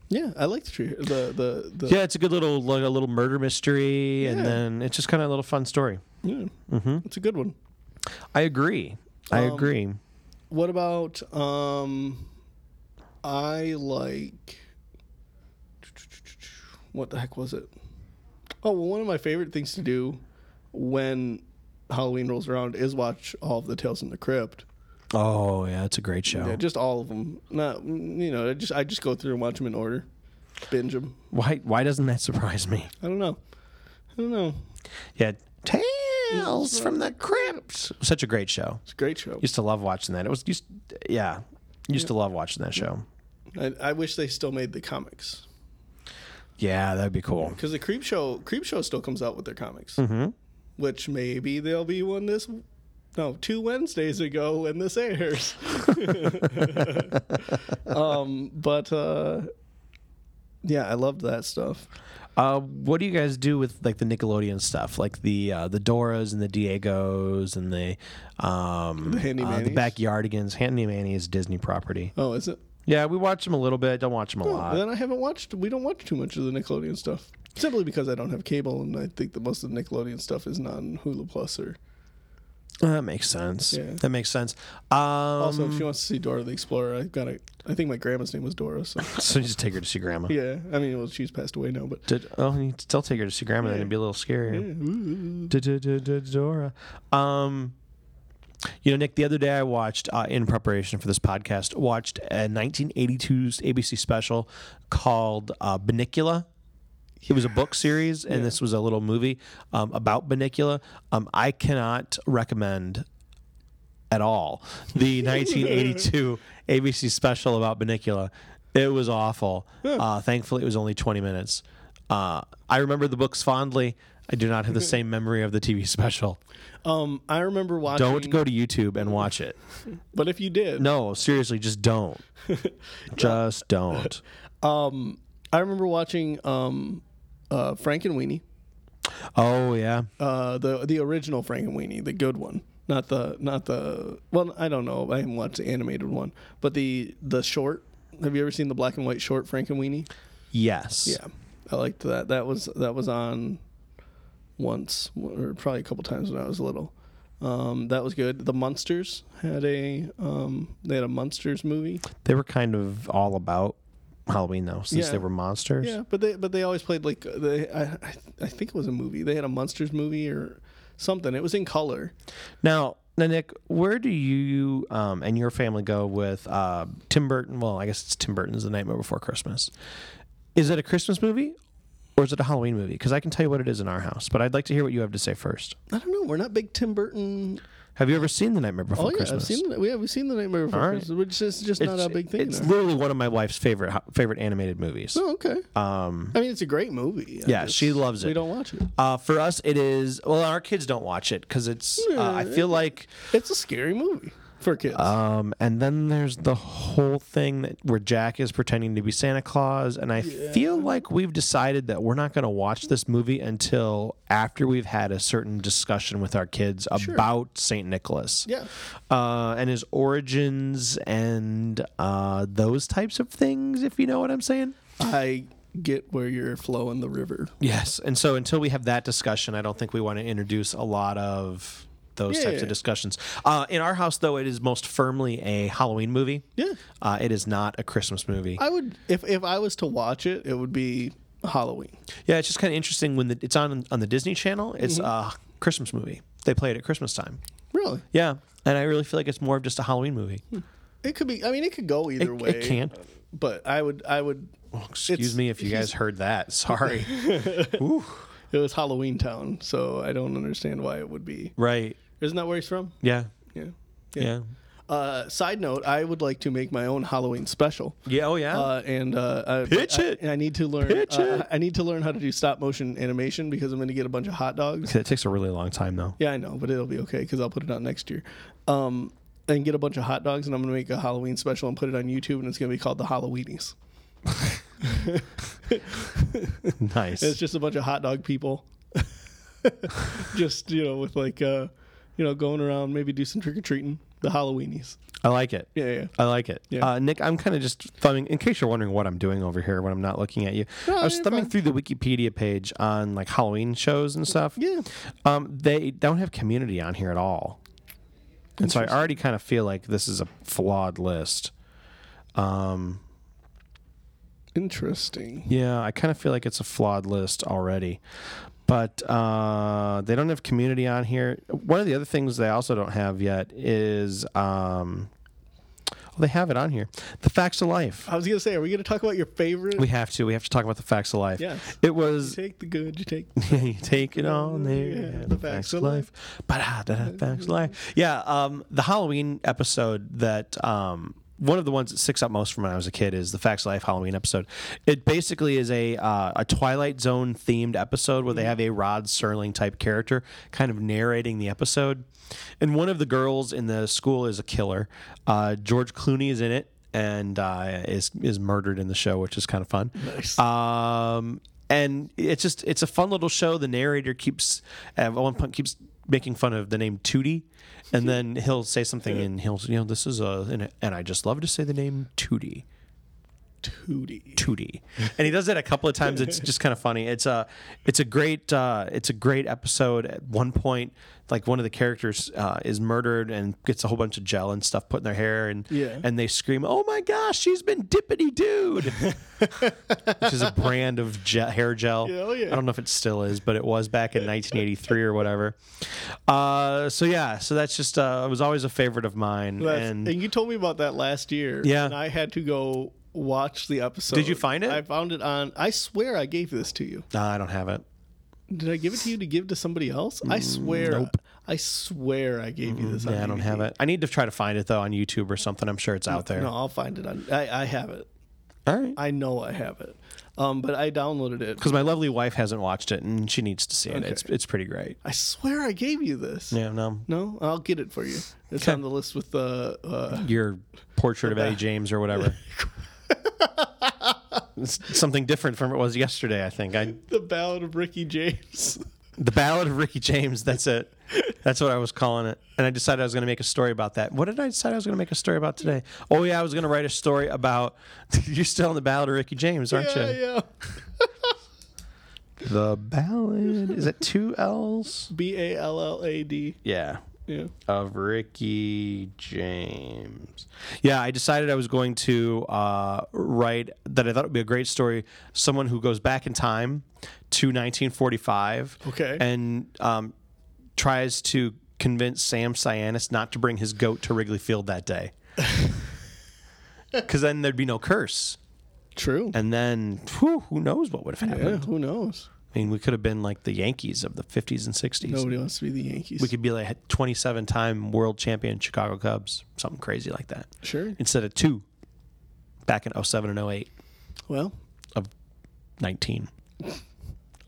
Speaker 2: Yeah, I like the tree. The the, the
Speaker 3: Yeah, it's a good little like a little murder mystery, and
Speaker 2: Yeah.
Speaker 3: then it's just kind of a little fun story.
Speaker 2: yeah. It's a good one.
Speaker 3: I agree. I
Speaker 2: Um,
Speaker 3: agree.
Speaker 2: What about um I like what the heck was it? Oh, well, one of my favorite things to do when Halloween rolls around is watch all of the Tales in the Crypt.
Speaker 3: Oh yeah, it's a great show.
Speaker 2: Yeah, just all of them. Not you know, I just I just go through and watch them in order, binge them.
Speaker 3: Why why doesn't that surprise me?
Speaker 2: I don't know. I don't know.
Speaker 3: Yeah, Tales
Speaker 2: Mm.
Speaker 3: from the Crypt. Such a great show.
Speaker 2: It's a great show.
Speaker 3: Used to love watching that. It was used, yeah, used to love watching that show.
Speaker 2: I, I wish they still made the comics
Speaker 3: Yeah, that'd be cool.
Speaker 2: because the Creep Show Creep Show still comes out with their comics, mm-hmm. which maybe there'll be one this no two Wednesdays ago when
Speaker 3: [LAUGHS]
Speaker 2: this airs. um, but uh, yeah, I loved that stuff.
Speaker 3: Uh, what do you guys do with like the Nickelodeon stuff, like the uh, the Doras and the Diegos and the um,
Speaker 2: The Handy
Speaker 3: uh, the
Speaker 2: Mannies?
Speaker 3: Backyardigans? Handy Manny is Disney property.
Speaker 2: Oh, is it?
Speaker 3: Yeah, we watch them a little bit. Don't watch them a lot.
Speaker 2: then I haven't watched. We don't watch too much of the Nickelodeon stuff simply because I don't have cable, and I think that most of the Nickelodeon stuff is not on Hulu Plus or.
Speaker 3: That makes sense.
Speaker 2: Yeah. Oh.
Speaker 3: That makes sense. Um,
Speaker 2: Also, if she wants to see Dora the Explorer, I got to I think my grandma's name was
Speaker 3: [LAUGHS]
Speaker 2: Dora, so
Speaker 3: so you just take her to see grandma.
Speaker 2: yeah. I mean, well, she's passed away now, but
Speaker 3: Did, oh, you could still take her to see grandma. Then it'd be a little scarier. Da-da-da-da-Dora. Um, you know, Nick, the other day I watched, uh, in preparation for this podcast, watched a 1982 ABC special called uh, Benicula. It was a book series, and this was a little movie um, about Benicula. Um, I cannot recommend at all
Speaker 2: [LAUGHS]
Speaker 3: the 1982 ABC special about Benicula. It was awful. Uh, thankfully, it was only 20 minutes. Uh, I remember the books fondly. I do not have
Speaker 2: [LAUGHS]
Speaker 3: the same memory of the TV special.
Speaker 2: um, I remember watching.
Speaker 3: Don't go to YouTube and watch it.
Speaker 2: But if you did,
Speaker 3: No, seriously, just
Speaker 2: [LAUGHS]
Speaker 3: don't. Just don't.
Speaker 2: I remember watching um, uh, Frank and Weenie,
Speaker 3: Oh yeah,
Speaker 2: uh, the the original Frank and Weenie, the good one, not the not the. Well, I don't know. I haven't watched the animated one, but the the short. Have you ever seen the black and white short Frank and Weenie?
Speaker 3: yes.
Speaker 2: Yeah, I liked that. That was that was on once or probably a couple times when I was little. Um, that was good. The Munsters had a um, they had a Munsters movie.
Speaker 3: They were kind of all about Halloween though, since
Speaker 2: Yeah.
Speaker 3: they were monsters.
Speaker 2: Yeah, but they but they always played like they I I- I think it was a movie. They had a Munsters movie or something. It was in color.
Speaker 3: Now, now, Nick, where do you um, and your family go with uh, Tim Burton? Well, I guess it's Tim Burton's The Nightmare Before Christmas. Is it a Christmas movie or is it a Halloween movie? Because I can tell you what it is in our house, but I'd like to hear what you have to say first.
Speaker 2: I don't know. We're not big Tim Burton.
Speaker 3: Have you ever seen The Nightmare Before
Speaker 2: Oh yeah,
Speaker 3: Christmas?
Speaker 2: I've seen the, we have we've seen the Nightmare Before
Speaker 3: All right.
Speaker 2: Christmas, which is just
Speaker 3: it's,
Speaker 2: not a big thing. in
Speaker 3: It's
Speaker 2: our-
Speaker 3: literally one of my wife's favorite favorite animated movies.
Speaker 2: oh, okay. Um, I mean, it's a great movie. I
Speaker 3: Yeah,
Speaker 2: just-
Speaker 3: she loves it.
Speaker 2: We don't watch it.
Speaker 3: Uh, for us, it is. Well, our kids don't watch it because it's. Uh, I feel like
Speaker 2: It's a scary movie for kids.
Speaker 3: Um, and then there's the whole thing that where Jack is pretending to be Santa Claus, and I feel like we've decided that we're not going to watch this movie until after we've had a certain discussion with our kids about Saint Nicholas,
Speaker 2: Yeah.
Speaker 3: uh, and his origins and uh, those types of things. If you know what I'm saying.
Speaker 2: I get where you're flowing the river.
Speaker 3: Yes, and so until we have that discussion, I don't think we want to introduce a lot of those
Speaker 2: Yeah,
Speaker 3: types
Speaker 2: yeah.
Speaker 3: of discussions. Uh, in our house, though, it is most firmly a Halloween movie.
Speaker 2: Yeah. Uh,
Speaker 3: uh, it is not a Christmas movie.
Speaker 2: I would if if I was to watch it, it would be Halloween.
Speaker 3: yeah, it's just kind of interesting when the, it's on on the Disney Channel. It's
Speaker 2: Mm-hmm.
Speaker 3: a Christmas movie. They play it at Christmas time.
Speaker 2: Really,
Speaker 3: Yeah, and I really feel like it's more of just a Halloween movie.
Speaker 2: it could be. I mean, it could go either
Speaker 3: It-
Speaker 2: way.
Speaker 3: it can.
Speaker 2: but I would. I would.
Speaker 3: Excuse
Speaker 2: It's-
Speaker 3: me if you guys heard
Speaker 2: [LAUGHS]
Speaker 3: that. Sorry.
Speaker 2: It was Halloween Town, so I don't understand why it would be.
Speaker 3: right.
Speaker 2: Isn't that where he's from?
Speaker 3: Yeah.
Speaker 2: Yeah.
Speaker 3: Yeah.
Speaker 2: Uh, side note: I would like to make my own Halloween special.
Speaker 3: Yeah. Oh yeah.
Speaker 2: Uh, and uh, I,
Speaker 3: Pitch
Speaker 2: I,
Speaker 3: it.
Speaker 2: I, need to learn.
Speaker 3: Pitch
Speaker 2: uh,
Speaker 3: it.
Speaker 2: I need to learn how to do stop motion animation because I'm going to get a bunch of hot dogs.
Speaker 3: it takes a really long time though.
Speaker 2: Yeah, I know, but it'll be okay because I'll put it out next year. Um, and get a bunch of hot dogs, and I'm gonna make a Halloween special and put it on YouTube, and it's gonna be called the Halloweenies.
Speaker 3: Nice.
Speaker 2: It's just a bunch of hot dog people, [LAUGHS] just you know, with like, uh, you know, going around, maybe do some trick or treating. The Halloweenies.
Speaker 3: I like it.
Speaker 2: Yeah, yeah.
Speaker 3: I like it.
Speaker 2: Yeah.
Speaker 3: Uh, Nick, I'm kind of just thumbing, in case you're wondering what I'm doing over here when I'm not looking at you. I was
Speaker 2: you're
Speaker 3: thumbing
Speaker 2: fine.
Speaker 3: through the Wikipedia page on like Halloween shows and stuff.
Speaker 2: Yeah.
Speaker 3: Um, they don't have community on here at all. And so I already kind of feel like this is a flawed list.
Speaker 2: Interesting.
Speaker 3: Yeah, I kind of feel like it's a flawed list already. But uh, they don't have community on here. One of the other things they also don't have yet is um, well, they have it on here the facts of life.
Speaker 2: I was gonna say, are we gonna talk about your favorite?
Speaker 3: We have to. We have to talk about the facts of life.
Speaker 2: Yes.
Speaker 3: It was
Speaker 2: take the good, you take.
Speaker 3: [LAUGHS] you take it on there.
Speaker 2: Yeah,
Speaker 3: the facts of life. But ah, da, da, facts of life. Yeah. Um, the Halloween episode that um, one of the ones that sticks out most from when I was a kid is the Facts of Life Halloween episode. It basically is a uh, a Twilight Zone themed episode where they have a Rod Serling type character kind of narrating the episode, and one of the girls in the school is a killer. Uh, George Clooney is in Mm-hmm. it. And uh, is is murdered in the show, which is kind of fun. Um, and it's just it's a fun little show. The narrator keeps at one point keeps making fun of the name Tootie, and then he'll say something and he'll you know this is a and, and I just love to say the name Tootie.
Speaker 2: Tootie.
Speaker 3: Tootie, and he does it a couple of times. It's just kind of funny. It's a, it's a great, uh, it's a great episode. At one point, like one of the characters uh, is murdered and gets a whole bunch of gel and stuff put in their hair, and
Speaker 2: Yeah.
Speaker 3: and they scream, "Oh my gosh, she's been dippity dude,"
Speaker 2: [LAUGHS]
Speaker 3: which is a brand of gel, hair gel.
Speaker 2: Hell yeah.
Speaker 3: I don't know if it still is, but it was back in 1983 or whatever. Uh, so yeah, so that's just uh, it was always a favorite of mine.
Speaker 2: That's-
Speaker 3: and
Speaker 2: and, you told me about that last year.
Speaker 3: Yeah.
Speaker 2: And I had to go watch the episode.
Speaker 3: Did you find it?
Speaker 2: I found it on. I swear I gave this to you.
Speaker 3: Nah, I don't have it.
Speaker 2: Did I give it to you to give to somebody else? I swear. I swear I gave you this. on
Speaker 3: Mm, Yeah, I don't
Speaker 2: DVD.
Speaker 3: have it. I need to try to find it though on YouTube or something. I'm sure it's out there.
Speaker 2: No, I'll find it on. I, I have it.
Speaker 3: All right.
Speaker 2: I know I have it. Um, but I downloaded it.
Speaker 3: Because my lovely wife hasn't watched it and she needs to see it. It's it's pretty great.
Speaker 2: I swear I gave you this.
Speaker 3: Yeah, no.
Speaker 2: No, I'll get it for you. It's on the list with the. Uh,
Speaker 3: Your portrait of
Speaker 2: [LAUGHS]
Speaker 3: Eddie James or whatever. It's something different from what it was yesterday, I think. I
Speaker 2: the Ballad of Ricky James. [LAUGHS]
Speaker 3: The Ballad of Ricky James, that's it. That's what I was calling it. And I decided I was going to make a story about that. What did I decide I was going to make a story about today? Oh, yeah, I was going to write a story about. [LAUGHS] You're still in the Ballad of Ricky James, aren't
Speaker 2: yeah,
Speaker 3: you?
Speaker 2: yeah.
Speaker 3: The Ballad. Is it two L's?
Speaker 2: B A L L A D.
Speaker 3: Yeah.
Speaker 2: Yeah.
Speaker 3: of Ricky James. Yeah, I decided I was going to uh, write that I thought would be a great story. Someone who goes back in time to 1945.
Speaker 2: Okay.
Speaker 3: And um, tries to convince Sam Cyanis not to bring his goat to Wrigley Field that
Speaker 2: [LAUGHS]
Speaker 3: day. Because then there'd be no curse.
Speaker 2: True.
Speaker 3: And then whew, who knows what would have happened.
Speaker 2: yeah, who knows?
Speaker 3: I mean, we could have been like the Yankees of the 50s and 60s.
Speaker 2: Nobody wants to be the Yankees.
Speaker 3: We could be like 27 time world champion Chicago Cubs, something crazy like that.
Speaker 2: sure.
Speaker 3: Instead of two back in 07 and 08
Speaker 2: Well,
Speaker 3: of 19.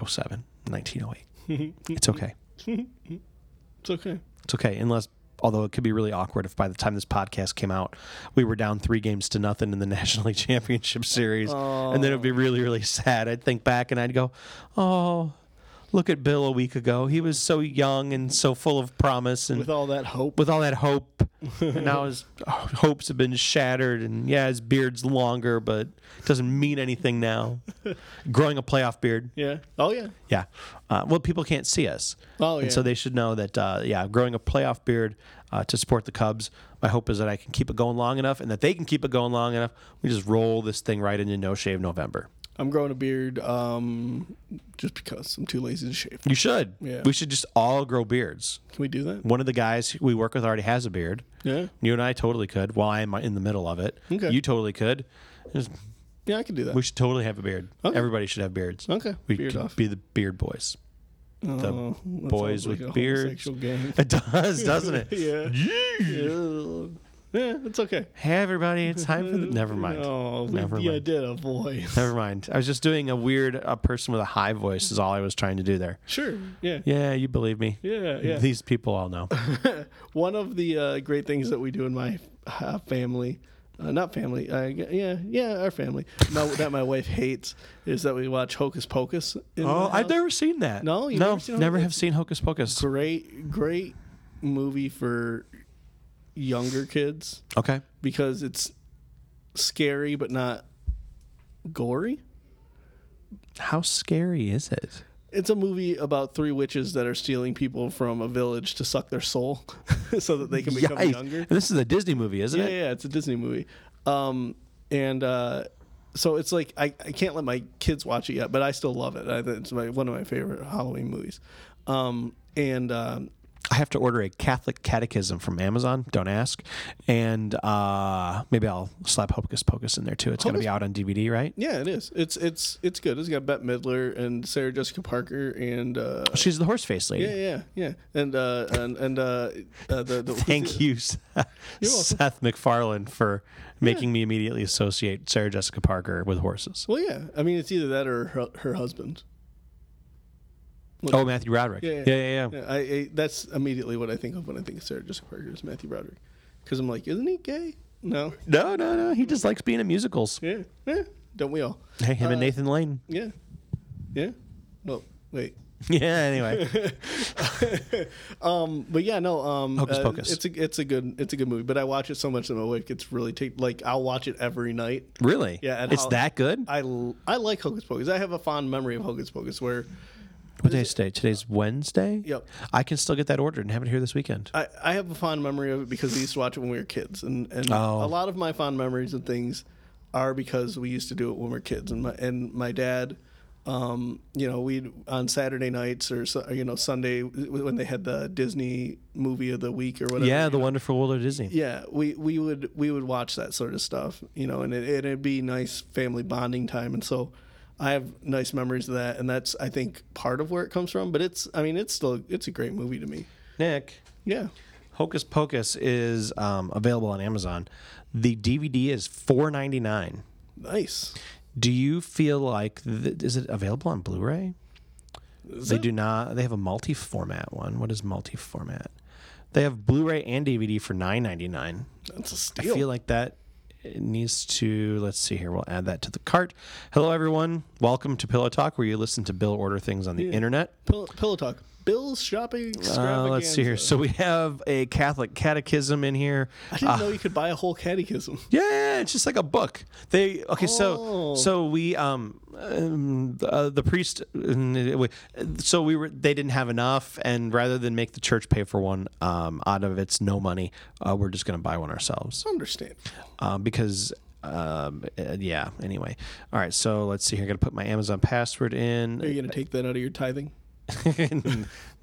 Speaker 3: 07, 1908.
Speaker 2: [LAUGHS]
Speaker 3: it's okay.
Speaker 2: it's okay.
Speaker 3: It's okay. Unless, although it could be really awkward if by the time this podcast came out, we were down three games to nothing in the [LAUGHS] National League Championship Series. And then it would be
Speaker 2: Oh.
Speaker 3: really, really sad. I'd think back and I'd go, oh, look at Bill a week ago. He was so young and so full of promise. And
Speaker 2: With all that hope,
Speaker 3: with all that
Speaker 2: [LAUGHS]
Speaker 3: hope. and now his oh, hopes have been shattered, and yeah, his beard's longer, but it doesn't mean anything
Speaker 2: [LAUGHS]
Speaker 3: now. Growing a playoff beard,
Speaker 2: yeah. Oh yeah.
Speaker 3: yeah. Uh, well, people can't see us,
Speaker 2: Oh,
Speaker 3: and
Speaker 2: yeah.
Speaker 3: so they should know that. Uh, yeah, growing a playoff beard uh, to support the Cubs. My hope is that I can keep it going long enough, and that they can keep it going long enough. We just roll this thing right into No Shave November.
Speaker 2: I'm growing a beard, um, just because I'm too lazy to shave.
Speaker 3: You should.
Speaker 2: Yeah.
Speaker 3: We should just all grow beards.
Speaker 2: Can we do that?
Speaker 3: One of the guys we work with already has a beard.
Speaker 2: Yeah.
Speaker 3: You and I totally could. While I'm in the middle of it,
Speaker 2: Okay.
Speaker 3: you totally could. Just-
Speaker 2: Yeah, I can do that.
Speaker 3: we should totally have a beard. Everybody should have beards.
Speaker 2: Okay.
Speaker 3: we
Speaker 2: Beard
Speaker 3: could
Speaker 2: off. Oh.
Speaker 3: be the beard boys. The
Speaker 2: that
Speaker 3: boys
Speaker 2: sounds like
Speaker 3: with
Speaker 2: a
Speaker 3: beards.
Speaker 2: homosexual gang.
Speaker 3: [LAUGHS] It does, doesn't it?
Speaker 2: [LAUGHS] yeah. Ew. [LAUGHS] yeah, it's okay.
Speaker 3: Hey everybody, it's time
Speaker 2: [LAUGHS]
Speaker 3: for the. Never mind.
Speaker 2: Oh,
Speaker 3: Never
Speaker 2: you
Speaker 3: mind.
Speaker 2: did a voice.
Speaker 3: Never mind. I was just doing a weird a person with a high voice is all I was trying to do there.
Speaker 2: Sure. Yeah.
Speaker 3: Yeah, you believe me.
Speaker 2: Yeah, yeah.
Speaker 3: These people all
Speaker 2: [LAUGHS]
Speaker 3: know.
Speaker 2: One of the uh, great things that we do in my uh, family, uh, not family, uh, yeah, yeah, our family, my, that my wife hates, is that we watch Hocus Pocus. in
Speaker 3: Oh,
Speaker 2: my
Speaker 3: I've
Speaker 2: house.
Speaker 3: never seen that.
Speaker 2: No, you've
Speaker 3: no,
Speaker 2: never seen
Speaker 3: never
Speaker 2: Hocus-
Speaker 3: have seen Hocus Pocus.
Speaker 2: Great, great movie for younger kids
Speaker 3: Okay.
Speaker 2: because it's scary but not gory.
Speaker 3: How scary is it?
Speaker 2: It's a movie about three witches that are stealing people from a village to suck their soul [LAUGHS] so that they can become
Speaker 3: Yikes.
Speaker 2: younger.
Speaker 3: This is a Disney movie, isn't
Speaker 2: Yeah,
Speaker 3: it?
Speaker 2: yeah, it's a Disney movie. Um, and uh, so it's like I, I can't let my kids watch it yet, but I still love it. I, think it's my, one of my favorite Halloween movies. Um, and um,
Speaker 3: I have to order a Catholic catechism from Amazon. Don't ask. And uh, maybe I'll slap Hocus Pocus in there too. It's going to be out on DVD, right?
Speaker 2: yeah, it is. It's it's it's good. It's got Bette Midler and Sarah Jessica Parker and uh,
Speaker 3: She's the horse face lady.
Speaker 2: yeah, yeah, yeah, and uh, and and uh, uh, the, the
Speaker 3: Thank you, Seth
Speaker 2: welcome.
Speaker 3: MacFarlane, for making me immediately associate Sarah Jessica Parker with horses.
Speaker 2: Well, yeah. I mean, it's either that or her, her husband.
Speaker 3: Oh, Matthew Roderick.
Speaker 2: Yeah, yeah,
Speaker 3: yeah. yeah, yeah.
Speaker 2: Yeah, I, I that's immediately what I think of when I think of Sarah Jessica Parker is Matthew Broderick, because I'm like, isn't he gay? No.
Speaker 3: No, no, no. He just likes being in musicals.
Speaker 2: Yeah. Uh, Yeah. Don't we all?
Speaker 3: Hey, him and Nathan Lane. [LAUGHS]
Speaker 2: Yeah. Yeah. No. Wait.
Speaker 3: Yeah. Anyway,
Speaker 2: [LAUGHS] But yeah, no. Um,
Speaker 3: Hocus Pocus.
Speaker 2: It's a it's a good it's a good movie, but I watch it so much that my wife gets really take like I'll watch it every night.
Speaker 3: really?
Speaker 2: Yeah, and
Speaker 3: It's
Speaker 2: how-
Speaker 3: that good.
Speaker 2: I, l- I like Hocus Pocus. I have a fond memory of Hocus Pocus where
Speaker 3: What day is today? Today's Wednesday.
Speaker 2: Yep.
Speaker 3: I can still get that ordered and have it here this weekend.
Speaker 2: I, I have a fond memory of it because we used to watch it when we were kids, and and
Speaker 3: Oh.
Speaker 2: a lot of my fond memories and things are because we used to do it when we were kids, and my and my dad, um, you know, we would on Saturday nights or so- you know Sunday when they had the Disney movie of the week or whatever.
Speaker 3: yeah, the Wonderful World of Disney.
Speaker 2: yeah we we would we would watch that sort of stuff you know and it, it'd be nice family bonding time and so i have nice memories of that and that's i think part of where it comes from but it's i mean it's still it's a great movie to me
Speaker 3: Nick,
Speaker 2: yeah
Speaker 3: Hocus Pocus is um, available on Amazon. The DVD is four ninety nine.
Speaker 2: nice
Speaker 3: Do you feel like th- is it available on Blu-ray? they do not. They have a multi-format one. What is multi-format? They have Blu-ray and DVD for nine ninety nine.
Speaker 2: that's a
Speaker 3: I
Speaker 2: steal
Speaker 3: feel like that needs to. Let's see here. We'll add that to the cart. Hello, everyone. Welcome to Pillow Talk, where you listen to Bill order things on the internet.
Speaker 2: Pill- pillow talk bill's shopping
Speaker 3: Uh,
Speaker 2: extravaganza.
Speaker 3: let's see here. So we have a Catholic catechism in here.
Speaker 2: i didn't know you could buy a whole catechism [LAUGHS]
Speaker 3: Yeah, it's just like a book. They okay, so
Speaker 2: Oh.
Speaker 3: so we um, um uh, the priest mm, so we were they didn't have enough, and rather than make the church pay for one um out of its no money, uh, we're just gonna buy one ourselves
Speaker 2: understand
Speaker 3: um, because um uh, yeah. Anyway, all right. So let's see here. I'm gonna put my Amazon password
Speaker 2: are
Speaker 3: in.
Speaker 2: you gonna take that out of your tithing
Speaker 3: [LAUGHS]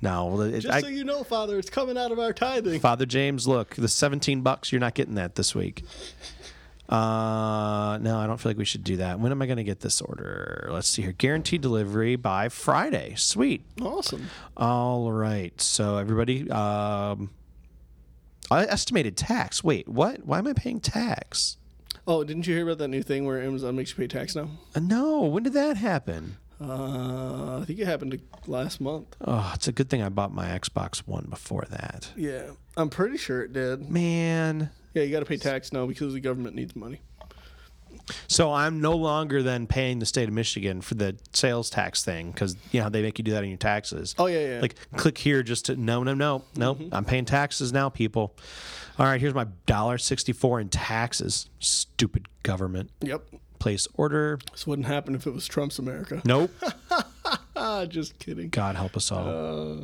Speaker 3: no, well, it,
Speaker 2: just
Speaker 3: I-
Speaker 2: so you know father it's coming out of our tithing
Speaker 3: Father James, look, the 17 bucks, you're not getting that this week. Uh, no, I don't feel like we should do that. When am I going to get this order? Let's see here. Guaranteed delivery by Friday. Sweet.
Speaker 2: awesome
Speaker 3: All right. So, everybody, um, I estimated tax. Wait, what? Why am I paying tax?
Speaker 2: oh didn't you hear about that new thing where amazon makes you pay tax now
Speaker 3: Uh, no, when did that happen?
Speaker 2: Uh, I think it happened last month.
Speaker 3: Oh, it's a good thing I bought my Xbox One before that.
Speaker 2: Yeah, I'm pretty sure it did.
Speaker 3: Man.
Speaker 2: Yeah, you got to pay tax now because the government needs money.
Speaker 3: So I'm no longer then paying the state of Michigan for the sales tax thing because you know how they make you do that on your taxes.
Speaker 2: Oh, yeah, Mm-hmm. yeah.
Speaker 3: Like click here just to no no no no. I'm paying taxes now, people. All right, here's my dollar sixty four in taxes. Stupid government.
Speaker 2: Yep,
Speaker 3: Place order.
Speaker 2: this wouldn't happen if it was Trump's America. [LAUGHS]
Speaker 3: Nope.
Speaker 2: Ah, just kidding.
Speaker 3: God help us all.
Speaker 2: Uh.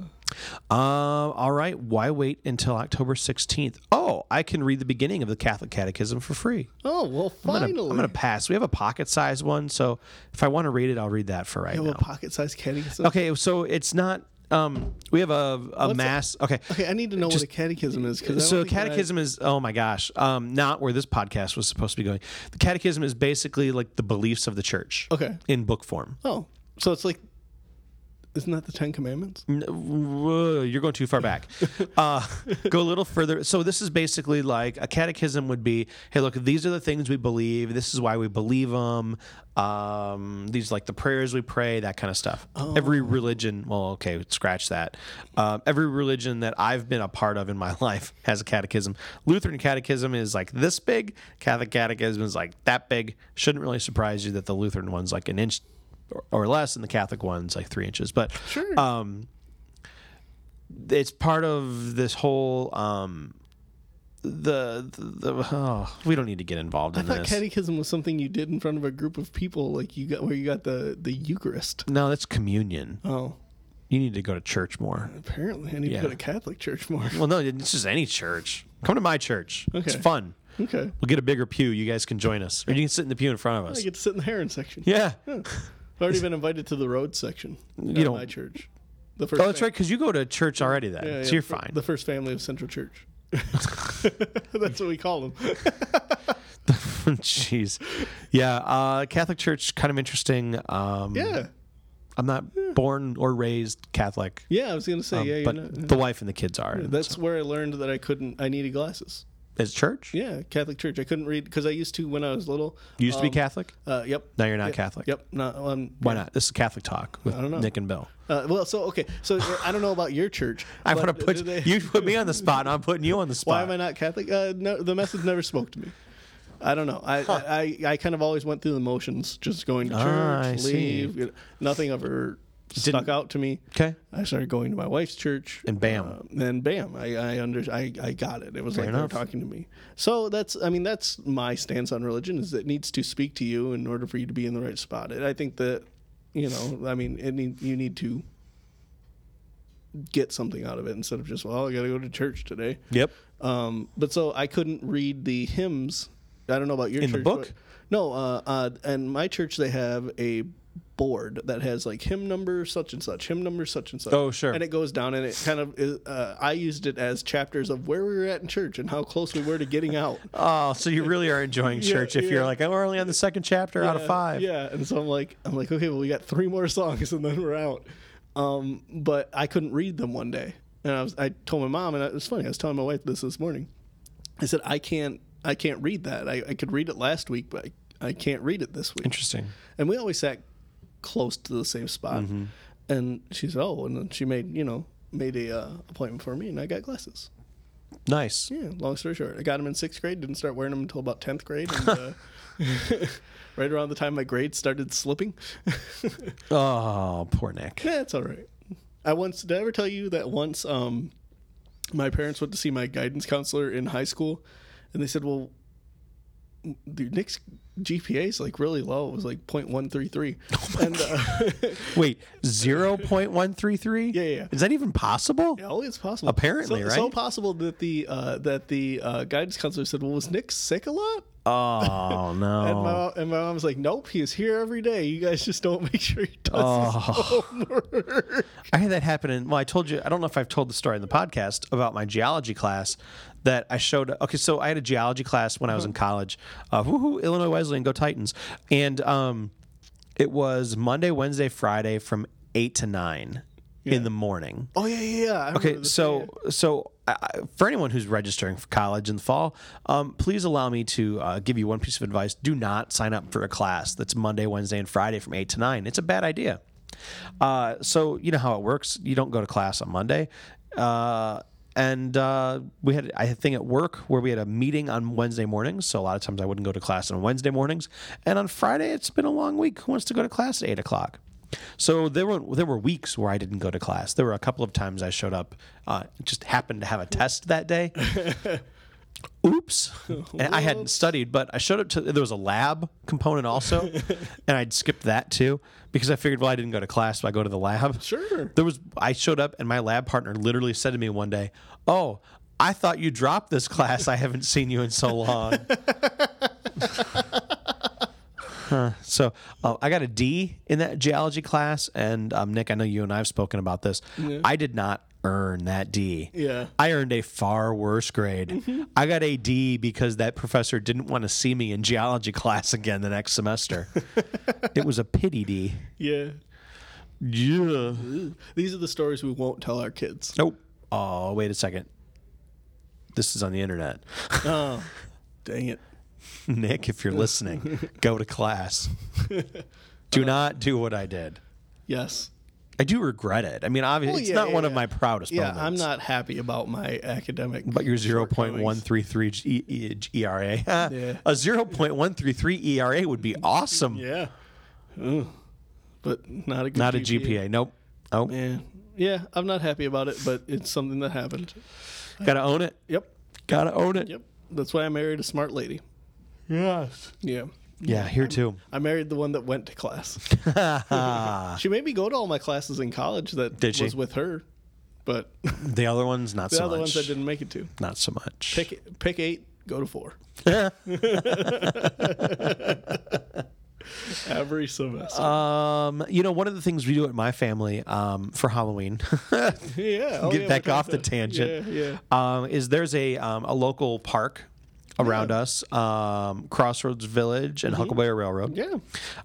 Speaker 3: Um, all right. Why wait until October 16th? Oh, I can read the beginning of the Catholic Catechism for free.
Speaker 2: Oh well,
Speaker 3: I'm
Speaker 2: finally.
Speaker 3: gonna, I'm gonna pass. We have a pocket sized one, so if I want to read it, I'll read that for right
Speaker 2: I have
Speaker 3: now.
Speaker 2: a pocket-sized catechism.
Speaker 3: Okay, so it's not. Um, we have a, a mass. Okay.
Speaker 2: Okay, I need to know what a catechism is because
Speaker 3: So catechism is oh my gosh, um, not where this podcast was supposed to be going. The catechism is basically like the beliefs of the church.
Speaker 2: Okay.
Speaker 3: In book form.
Speaker 2: oh, so it's like, isn't that the Ten Commandments?
Speaker 3: N- whoa, You're going too far back. Uh, go a little further. So this is basically like a catechism would be. Hey, look, these are the things we believe. This is why we believe them. Um, these like the prayers we pray, that kind of stuff. Every religion. Well, okay, scratch that. Um, every religion that I've been a part of in my [LAUGHS] life has a catechism. Lutheran catechism is like this big. Catholic catechism is like that big. Shouldn't really surprise you that the Lutheran one's like an inch. or- Or less, and the Catholic one's like three inches. But
Speaker 2: Sure.
Speaker 3: um, it's part of this whole um the, the, the- oh, we don't need to get involved
Speaker 2: I
Speaker 3: in
Speaker 2: thought
Speaker 3: this.
Speaker 2: catechism was something you did in front of a group of people, like you got where you got the the Eucharist.
Speaker 3: no, that's communion.
Speaker 2: Oh,
Speaker 3: You need to go to church more.
Speaker 2: apparently I need
Speaker 3: Yeah.
Speaker 2: to go to Catholic church more.
Speaker 3: Well, no, it's just any church. Come to my church. It's
Speaker 2: Okay.
Speaker 3: fun.
Speaker 2: [LAUGHS] Okay,
Speaker 3: We'll get a bigger pew. You guys can join us, or you can sit in the pew in front of
Speaker 2: I
Speaker 3: us.
Speaker 2: get to sit in the Heron section.
Speaker 3: Yeah. Oh,
Speaker 2: I've already been invited to the road section. You
Speaker 3: don't-
Speaker 2: my church. The first
Speaker 3: Oh, that's
Speaker 2: fam-
Speaker 3: right, because you go to church already. Then,
Speaker 2: yeah, yeah,
Speaker 3: so you're
Speaker 2: the fir-
Speaker 3: fine. [LAUGHS]
Speaker 2: The first family of Central Church. [LAUGHS] that's what we call them.
Speaker 3: Jeez. Yeah. Uh, Catholic Church, kind of interesting. Um,
Speaker 2: Yeah,
Speaker 3: I'm not born or raised Catholic,
Speaker 2: yeah. I was gonna say yeah, you
Speaker 3: Um, but
Speaker 2: know,
Speaker 3: the wife and the kids are.
Speaker 2: that's where I learned that I couldn't. I needed glasses.
Speaker 3: As church?
Speaker 2: Yeah, Catholic Church. I couldn't read because I used to when I was little.
Speaker 3: You used to be
Speaker 2: um,
Speaker 3: Catholic?
Speaker 2: Uh, yep.
Speaker 3: Now you're not
Speaker 2: Yep,
Speaker 3: Catholic.
Speaker 2: Yep. Not. Um,
Speaker 3: Why not? This is Catholic talk with
Speaker 2: don't know.
Speaker 3: Nick and Bill.
Speaker 2: Uh, well, so okay. So uh, I don't know about your church.
Speaker 3: [LAUGHS] I
Speaker 2: but
Speaker 3: want to put
Speaker 2: do they-
Speaker 3: you put me on the spot, and I'm putting you on the
Speaker 2: Why
Speaker 3: spot.
Speaker 2: am I not Catholic? Uh, no, the message never spoke to me. I don't know. I, I, I kind of always went through the motions, just going to church,
Speaker 3: Ah, I see.
Speaker 2: leave. you know, nothing ever stuck out to me.
Speaker 3: Okay.
Speaker 2: I started going to my wife's church,
Speaker 3: And bam.
Speaker 2: Uh, then bam, I I under I, I got it. It was like
Speaker 3: enough.
Speaker 2: they were talking to me. So that's I mean that's my stance on religion is it needs to speak to you in order for you to be in the right spot. And I think that you know I mean it need, you need to get something out of it instead of just well I got to go to church today.
Speaker 3: Yep.
Speaker 2: Um, but so I couldn't read the hymns. I don't know about your
Speaker 3: In the
Speaker 2: church,
Speaker 3: book?
Speaker 2: but- no, uh, uh, and my church they have a board that has like hymn number such and such, hymn number such and such.
Speaker 3: Oh, sure.
Speaker 2: And it goes down, and it kind of is, uh, I used it as chapters of where we were at in church and how close we were to
Speaker 3: [LAUGHS]
Speaker 2: getting out.
Speaker 3: Oh, so you really are enjoying church if you're
Speaker 2: yeah.
Speaker 3: like, oh, we're only on the second chapter out of
Speaker 2: Yeah,
Speaker 3: five.
Speaker 2: Yeah, and so I'm like, I'm like, okay, well, we got three more songs [LAUGHS] and then we're out. Um, but I couldn't read them one day, and I was, I told my mom, and it was funny. I was telling my wife this this morning. I said, I can't, I can't read that. I, I could read it last week, but I, I can't read it this week.
Speaker 3: Interesting.
Speaker 2: And we always sat close to the same spot.
Speaker 3: Mm-hmm.
Speaker 2: And she said, oh, and then she made, you know, made a uh, appointment for me, and I got glasses.
Speaker 3: Nice.
Speaker 2: Yeah, long story short, I got them in sixth grade. Didn't start wearing them until about tenth grade,
Speaker 3: [LAUGHS]
Speaker 2: and, uh, [LAUGHS] right around the time my grades started slipping. [LAUGHS]
Speaker 3: Oh, poor Nick.
Speaker 2: That's all right. I once did I ever tell you that once um, my parents went to see my guidance counselor in high school, and they said, "Well, dude, Nick's GPA is like really low. It was like
Speaker 3: [LAUGHS]
Speaker 2: 0.133." and uh, [LAUGHS]
Speaker 3: Wait, 0.133?
Speaker 2: Yeah, yeah.
Speaker 3: Is that even possible?
Speaker 2: oh, it's possible.
Speaker 3: Apparently,
Speaker 2: so, so
Speaker 3: right?
Speaker 2: possible that the uh, that the uh, guidance counselor said, "Well, was Nick sick a lot?" [LAUGHS]
Speaker 3: Oh,
Speaker 2: And my,
Speaker 3: no.
Speaker 2: mom, and my mom's like, nope, he's here every day. You guys just don't [LAUGHS] make sure he does
Speaker 3: Oh.
Speaker 2: his homework.
Speaker 3: I had that happen in, well, I told you, I don't know if I've told the story in the podcast about my geology class that I showed. Okay, so I had a geology class when I was in college. Uh, woohoo, Illinois Wesleyan, go Titans. And um, it was Monday, Wednesday, Friday from 8 to 9 in the morning.
Speaker 2: Oh, yeah, yeah, yeah. I remember
Speaker 3: Okay,
Speaker 2: this.
Speaker 3: so so I, I- for anyone who's registering for college in the fall, um, please allow me to uh, give you one piece of advice: do not sign up for a class that's Monday, Wednesday, and Friday from eight to nine. It's a bad idea. Uh, so you know how it works. You don't go to class on Monday. Uh, and uh, we had I had a thing at work where we had a meeting on Wednesday mornings. So a lot of times I wouldn't go to class on Wednesday mornings. And on Friday, it's been a long week. Who wants to go to class at eight o'clock? So there were there were weeks where I didn't go to class. There were a couple of times I showed up, uh, just happened to have a test that day. Oops, and I hadn't studied, but I showed up to there was a lab component also, and I'd skipped that too because I figured well I didn't go to class, so I go to the lab.
Speaker 2: Sure.
Speaker 3: There was I showed up and my lab partner literally said to me one day, "Oh, I thought you dropped this class. I haven't seen you in so long." So uh, I got a D in that geology class, and um, Nick, I know you and I have spoken about this. I did not earn that D.
Speaker 2: Yeah. Mm-hmm.
Speaker 3: I earned a far worse grade. I got a D because that professor didn't want to see me in geology [LAUGHS] class again the next semester. it was a pity D.
Speaker 2: Yeah.
Speaker 3: Yeah.
Speaker 2: These are the stories we won't tell
Speaker 3: [LAUGHS]
Speaker 2: our kids.
Speaker 3: Nope. Oh, wait a second. This is on the
Speaker 2: [LAUGHS]
Speaker 3: internet. Oh.
Speaker 2: Dang it.
Speaker 3: Nick, if you're listening, go to
Speaker 2: [LAUGHS]
Speaker 3: class. Do not do what I did.
Speaker 2: Yes.
Speaker 3: I do regret it. I mean, obviously,
Speaker 2: Well,
Speaker 3: it's
Speaker 2: yeah,
Speaker 3: not
Speaker 2: yeah,
Speaker 3: one of
Speaker 2: yeah.
Speaker 3: my proudest
Speaker 2: Yeah,
Speaker 3: moments.
Speaker 2: I'm not happy about my academic.
Speaker 3: But Oh, your
Speaker 2: shortcomings.
Speaker 3: 0.133 G- E- G- ERA. A [LAUGHS] 0.133 ERA E would be awesome.
Speaker 2: Yeah. Ugh. But not a good
Speaker 3: Not a
Speaker 2: GPA.
Speaker 3: GPA. Nope. Oh,
Speaker 2: Yeah. Yeah, I'm not happy about it, but it's something that happened.
Speaker 3: gotta own it.
Speaker 2: Yep.
Speaker 3: Gotta own it.
Speaker 2: Yep. That's why I married a smart lady.
Speaker 3: Yes.
Speaker 2: Yeah.
Speaker 3: Yeah, here too.
Speaker 2: I married the one that went to class.
Speaker 3: [LAUGHS]
Speaker 2: she made me go to all my classes in college that
Speaker 3: Did she?
Speaker 2: was with her,
Speaker 3: [LAUGHS]
Speaker 2: but the
Speaker 3: The other ones, not so
Speaker 2: other
Speaker 3: much.
Speaker 2: ones I didn't make it to.
Speaker 3: Not so much.
Speaker 2: Pick, pick eight, go
Speaker 3: [LAUGHS]
Speaker 2: to four every semester.
Speaker 3: um, you know, one of the things we do at my family um, for Halloween,
Speaker 2: [LAUGHS]
Speaker 3: [LAUGHS]
Speaker 2: yeah, oh,
Speaker 3: get
Speaker 2: yeah,
Speaker 3: back
Speaker 2: we're
Speaker 3: off the
Speaker 2: talking
Speaker 3: tangent,
Speaker 2: Yeah, yeah.
Speaker 3: Um, is there's a um, a local park around us, um, Crossroads Village and Huckleberry Railroad.
Speaker 2: Mm-hmm. Yeah.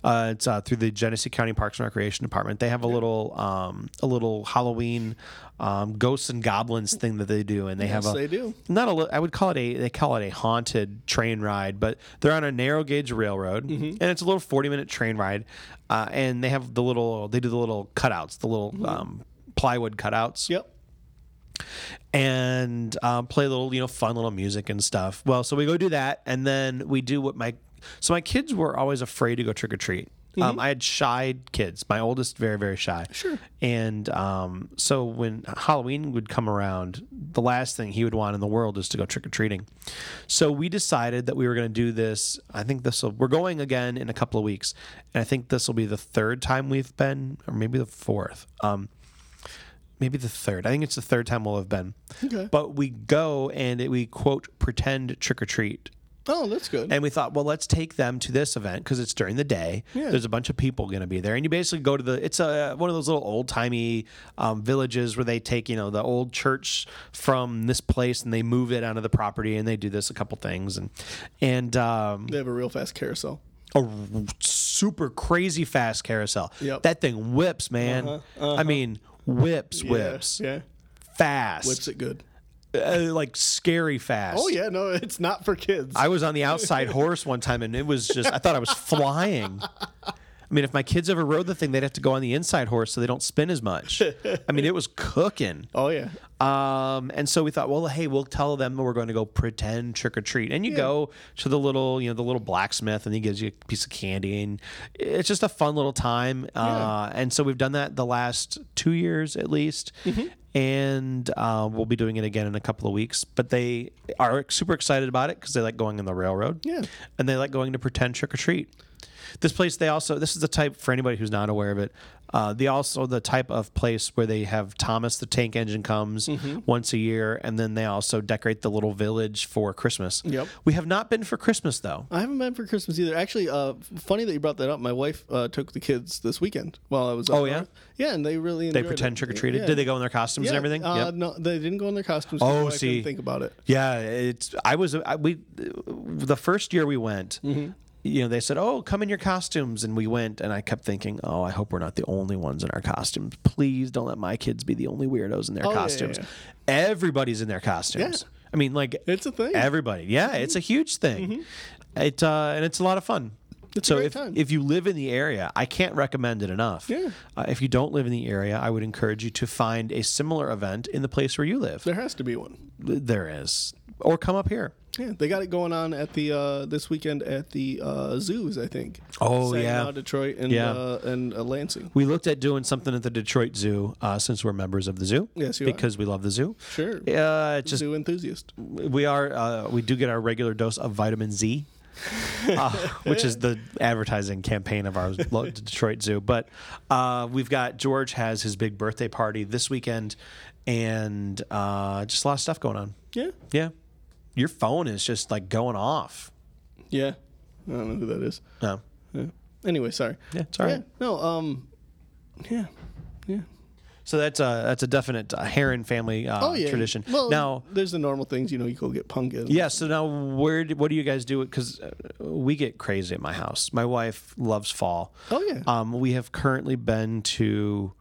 Speaker 3: Uh, it's uh, through the Genesee County Parks and Recreation Department. They have a little um, a little Halloween um, ghosts and goblins thing that they do, and they have
Speaker 2: Yes,
Speaker 3: a
Speaker 2: they do.
Speaker 3: not a li- I would call it a they call it a haunted train ride, but they're on a narrow gauge railroad,
Speaker 2: Mm-hmm.
Speaker 3: and it's a little forty minute train ride, uh, and they
Speaker 2: Mm-hmm.
Speaker 3: have the little they do the little cutouts, the little um, plywood cutouts
Speaker 2: Yep.
Speaker 3: and um, play little you know fun little music and stuff. Well, so we go do that, and then we do what my so my kids were always afraid to go trick or treat. Um, I had shy kids. My oldest, very very shy. Sure. And um, so when Halloween would come around, the last thing he would want in the world is to go trick or treating. So we decided that we were going to do this. I think this will. We're going again in a couple of weeks, and I think this will be the third time we've been, or maybe the fourth. Um, maybe the third. I think it's the third time we'll have been.
Speaker 2: Okay.
Speaker 3: But we go and it, we quote pretend trick or treat.
Speaker 2: Oh, that's good.
Speaker 3: And we thought, well, let's take them to this event because it's during the day.
Speaker 2: Yeah.
Speaker 3: There's a bunch of people going to be there, and you basically go to the. It's a one of those little old timey um, villages where they take you know the old church from this place and they move it onto the property and they do this a couple things and and um,
Speaker 2: they have a real fast carousel.
Speaker 3: a super crazy fast carousel.
Speaker 2: Yep. Uh-huh.
Speaker 3: That thing whips, man. I mean, whips,
Speaker 2: Yeah,
Speaker 3: whips,
Speaker 2: Yeah.
Speaker 3: fast,
Speaker 2: Whips it good.
Speaker 3: uh, like scary fast.
Speaker 2: Oh yeah, no, it's not for kids.
Speaker 3: I was on the outside horse one time, and it was just I thought I was flying. I mean, if my kids ever rode the thing, they'd have to go on the inside horse so they don't spin as much. I mean, it was cooking.
Speaker 2: oh yeah.
Speaker 3: Um, and so we thought, well, hey, we'll tell them we're going to go pretend trick or treat. And you go to the little, you know, the little blacksmith, and he gives you a piece of candy, and it's just a fun little time. Uh, and so we've done that the last two years at least, and uh, we'll be doing it again in a couple of weeks. But they are super excited about it because they like going on the railroad,
Speaker 2: Yeah.
Speaker 3: and they like going to pretend trick or treat. This place, they also this is the type for anybody who's not aware of it. Uh, they also the type of place where they have Thomas the Tank Engine comes
Speaker 2: Mm-hmm.
Speaker 3: once a year, and then they also decorate the little village for Christmas.
Speaker 2: Yep.
Speaker 3: We have not been for Christmas though.
Speaker 2: I haven't been for Christmas either. Actually, uh, funny that you brought that up. My wife uh, took the kids this weekend while I was. up
Speaker 3: Oh, yeah?
Speaker 2: north. yeah, and they really
Speaker 3: They
Speaker 2: enjoyed
Speaker 3: pretend
Speaker 2: it.
Speaker 3: trick or treated.
Speaker 2: Yeah.
Speaker 3: Did they go in their costumes
Speaker 2: Yeah,
Speaker 3: and everything?
Speaker 2: Uh,
Speaker 3: Yep.
Speaker 2: No, they didn't go in their costumes. 'cause
Speaker 3: Oh,
Speaker 2: my wife
Speaker 3: see.
Speaker 2: didn't think about it.
Speaker 3: Yeah, it's. I was. I, we the first year we went.
Speaker 2: Mm-hmm.
Speaker 3: You know, they said, "Oh, come in your costumes," and we went. And I kept thinking, "Oh, I hope we're not the only ones in our costumes. Please don't let my kids be the only weirdos in their
Speaker 2: Oh, yeah, yeah,
Speaker 3: costumes. Everybody's in their costumes.
Speaker 2: Yeah.
Speaker 3: I mean, like
Speaker 2: It's a thing. Mm-hmm.
Speaker 3: Everybody, yeah, it's a huge thing. It uh, and it's a lot of fun. so
Speaker 2: great
Speaker 3: if
Speaker 2: time.
Speaker 3: if you live in the area, I can't recommend it enough.
Speaker 2: Yeah.
Speaker 3: Uh, if you don't live in the area, I would encourage you to find a similar event in the place where you live
Speaker 2: There has to be one.
Speaker 3: there is or come up here
Speaker 2: Yeah, they got it going on at the uh, this weekend at the uh, zoos. I think.
Speaker 3: Oh, yeah.
Speaker 2: Saginaw, Detroit, and
Speaker 3: Yeah.
Speaker 2: uh, and uh, Lansing.
Speaker 3: we looked at doing something at the detroit zoo uh, since we're members of the zoo
Speaker 2: Yes, you are.
Speaker 3: because we love the zoo
Speaker 2: Sure.
Speaker 3: uh, it's just
Speaker 2: Zoo enthusiast.
Speaker 3: we are uh, we do get our regular dose of vitamin z
Speaker 2: [LAUGHS]
Speaker 3: uh, which is the advertising campaign of our lo- Detroit Zoo. But uh, we've got George has his big birthday party this weekend, and uh, just a lot of stuff going on.
Speaker 2: Yeah.
Speaker 3: Yeah, your phone is just like going off.
Speaker 2: Yeah. I don't know who that is.
Speaker 3: No,
Speaker 2: Yeah. Anyway, sorry.
Speaker 3: yeah, it's all right.
Speaker 2: Yeah. No. Um. Yeah. Yeah.
Speaker 3: So that's a that's a definite uh, Heron family uh,
Speaker 2: Oh yeah.
Speaker 3: tradition.
Speaker 2: Well,
Speaker 3: now,
Speaker 2: there's the normal things. You know, you go get pumpkin.
Speaker 3: yeah. So now, where do, what do you guys do? Because we get crazy at my house. My wife loves fall.
Speaker 2: Oh, yeah.
Speaker 3: Um, we have currently been to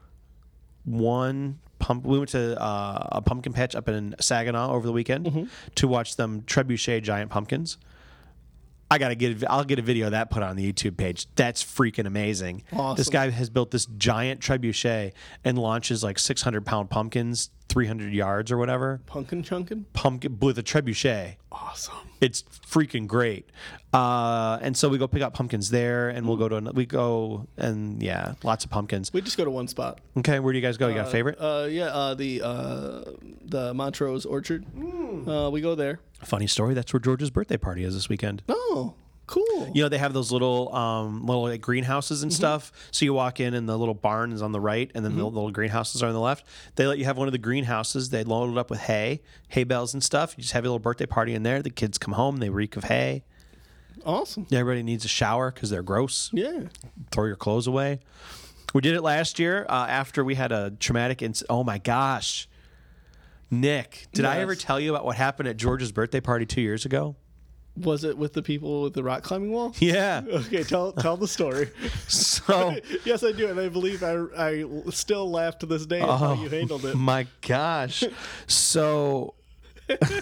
Speaker 3: one pump. We went to uh, a pumpkin patch up in Saginaw over the weekend
Speaker 2: Mm-hmm.
Speaker 3: to watch them trebuchet giant pumpkins. I gotta get. I'll get a video of that put on the YouTube page. That's freaking amazing. This
Speaker 2: Awesome.
Speaker 3: guy has built this giant trebuchet and launches like 600 pound pumpkins 300 yards or whatever.
Speaker 2: Pumpkin chunkin.
Speaker 3: Pumpkin with a trebuchet.
Speaker 2: Awesome.
Speaker 3: It's freaking great. Uh, and so we go pick up pumpkins there, and we'll go to an, we go and yeah, lots of pumpkins.
Speaker 2: We just go to one spot.
Speaker 3: Okay, where do you guys go? You got a favorite?
Speaker 2: Uh, yeah, uh, the uh, the Montrose Orchard. Uh, we go there.
Speaker 3: Funny story. That's where George's birthday party is this weekend.
Speaker 2: Oh, cool.
Speaker 3: You know they have those little um, little like, greenhouses and stuff. So you walk in, and the little barn is on the right, and then the little greenhouses are on the left. They let you have one of the greenhouses. They load it up with hay, hay bales and stuff. You just have your little birthday party in there. The kids come home, they reek of hay.
Speaker 2: Awesome.
Speaker 3: Everybody needs a shower because they're gross.
Speaker 2: Yeah.
Speaker 3: throw your clothes away. We did it last year uh, after we had a traumatic incident. Oh my gosh. Nick, did I
Speaker 2: Yes.
Speaker 3: ever tell you about what happened at George's birthday party two years ago?
Speaker 2: Was it with the people with the rock climbing wall?
Speaker 3: Yeah.
Speaker 2: [LAUGHS] Okay, tell tell the story.
Speaker 3: So,
Speaker 2: [LAUGHS] yes, I do, and I believe I, I still laugh to this day at how you
Speaker 3: Oh. [LAUGHS]
Speaker 2: handled it.
Speaker 3: my gosh. So, [LAUGHS]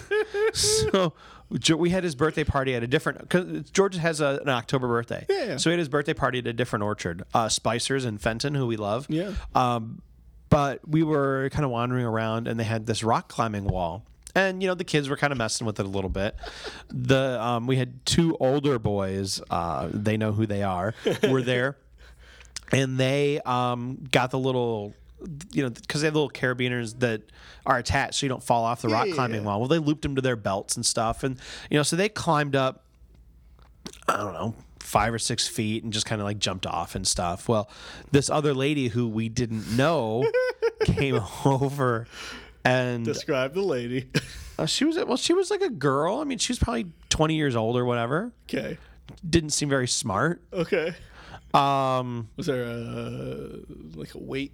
Speaker 3: so Jo- we had his birthday party at a different, because George has a, an October birthday.
Speaker 2: Yeah.
Speaker 3: So we had his birthday party at a different orchard, uh, Spicer's in Fenton, who we love.
Speaker 2: Yeah.
Speaker 3: Um, But we were kind of wandering around, and they had this rock climbing wall. And you know the kids were kind of messing with it a little bit. The um, we had two older boys. Uh, they know who they are. Were there, and they um, got the little you know because they have little carabiners that are attached so you don't fall off the rock
Speaker 2: yeah,
Speaker 3: climbing
Speaker 2: yeah.
Speaker 3: wall well they looped them to their belts and stuff and you know so they climbed up i don't know five or six feet and just kind of like jumped off and stuff well this other lady who we didn't
Speaker 2: [LAUGHS]
Speaker 3: know came over and
Speaker 2: Describe the lady. [LAUGHS]
Speaker 3: uh, she was well she was like a girl i mean she was probably 20 years old or whatever
Speaker 2: okay.
Speaker 3: didn't seem very smart
Speaker 2: Okay.
Speaker 3: um
Speaker 2: Was there a like a weight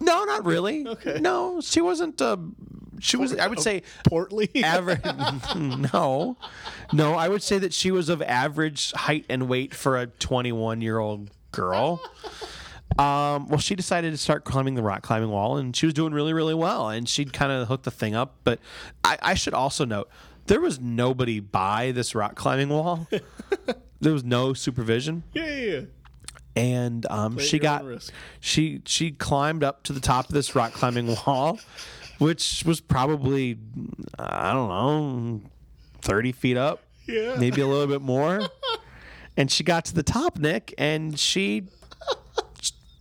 Speaker 3: No, not really.
Speaker 2: Okay.
Speaker 3: No, she wasn't. Uh, she was. I would say
Speaker 2: portly?
Speaker 3: average. [LAUGHS] no, no. I would say that she was of average height and weight for a 21 year old girl. Um, well, she decided to start climbing the rock climbing wall, and she was doing really, really well. And she'd kind of hooked the thing up. But I, I should also note there was nobody by this rock climbing
Speaker 2: [LAUGHS]
Speaker 3: wall. there was no supervision
Speaker 2: yeah, yeah, yeah.
Speaker 3: and um,
Speaker 2: at
Speaker 3: she
Speaker 2: your own
Speaker 3: got
Speaker 2: risk.
Speaker 3: she she climbed up to the top of this rock climbing wall, which was probably I don't know thirty feet up,
Speaker 2: Yeah.
Speaker 3: maybe a little bit more. And she got to the top, Nick, and she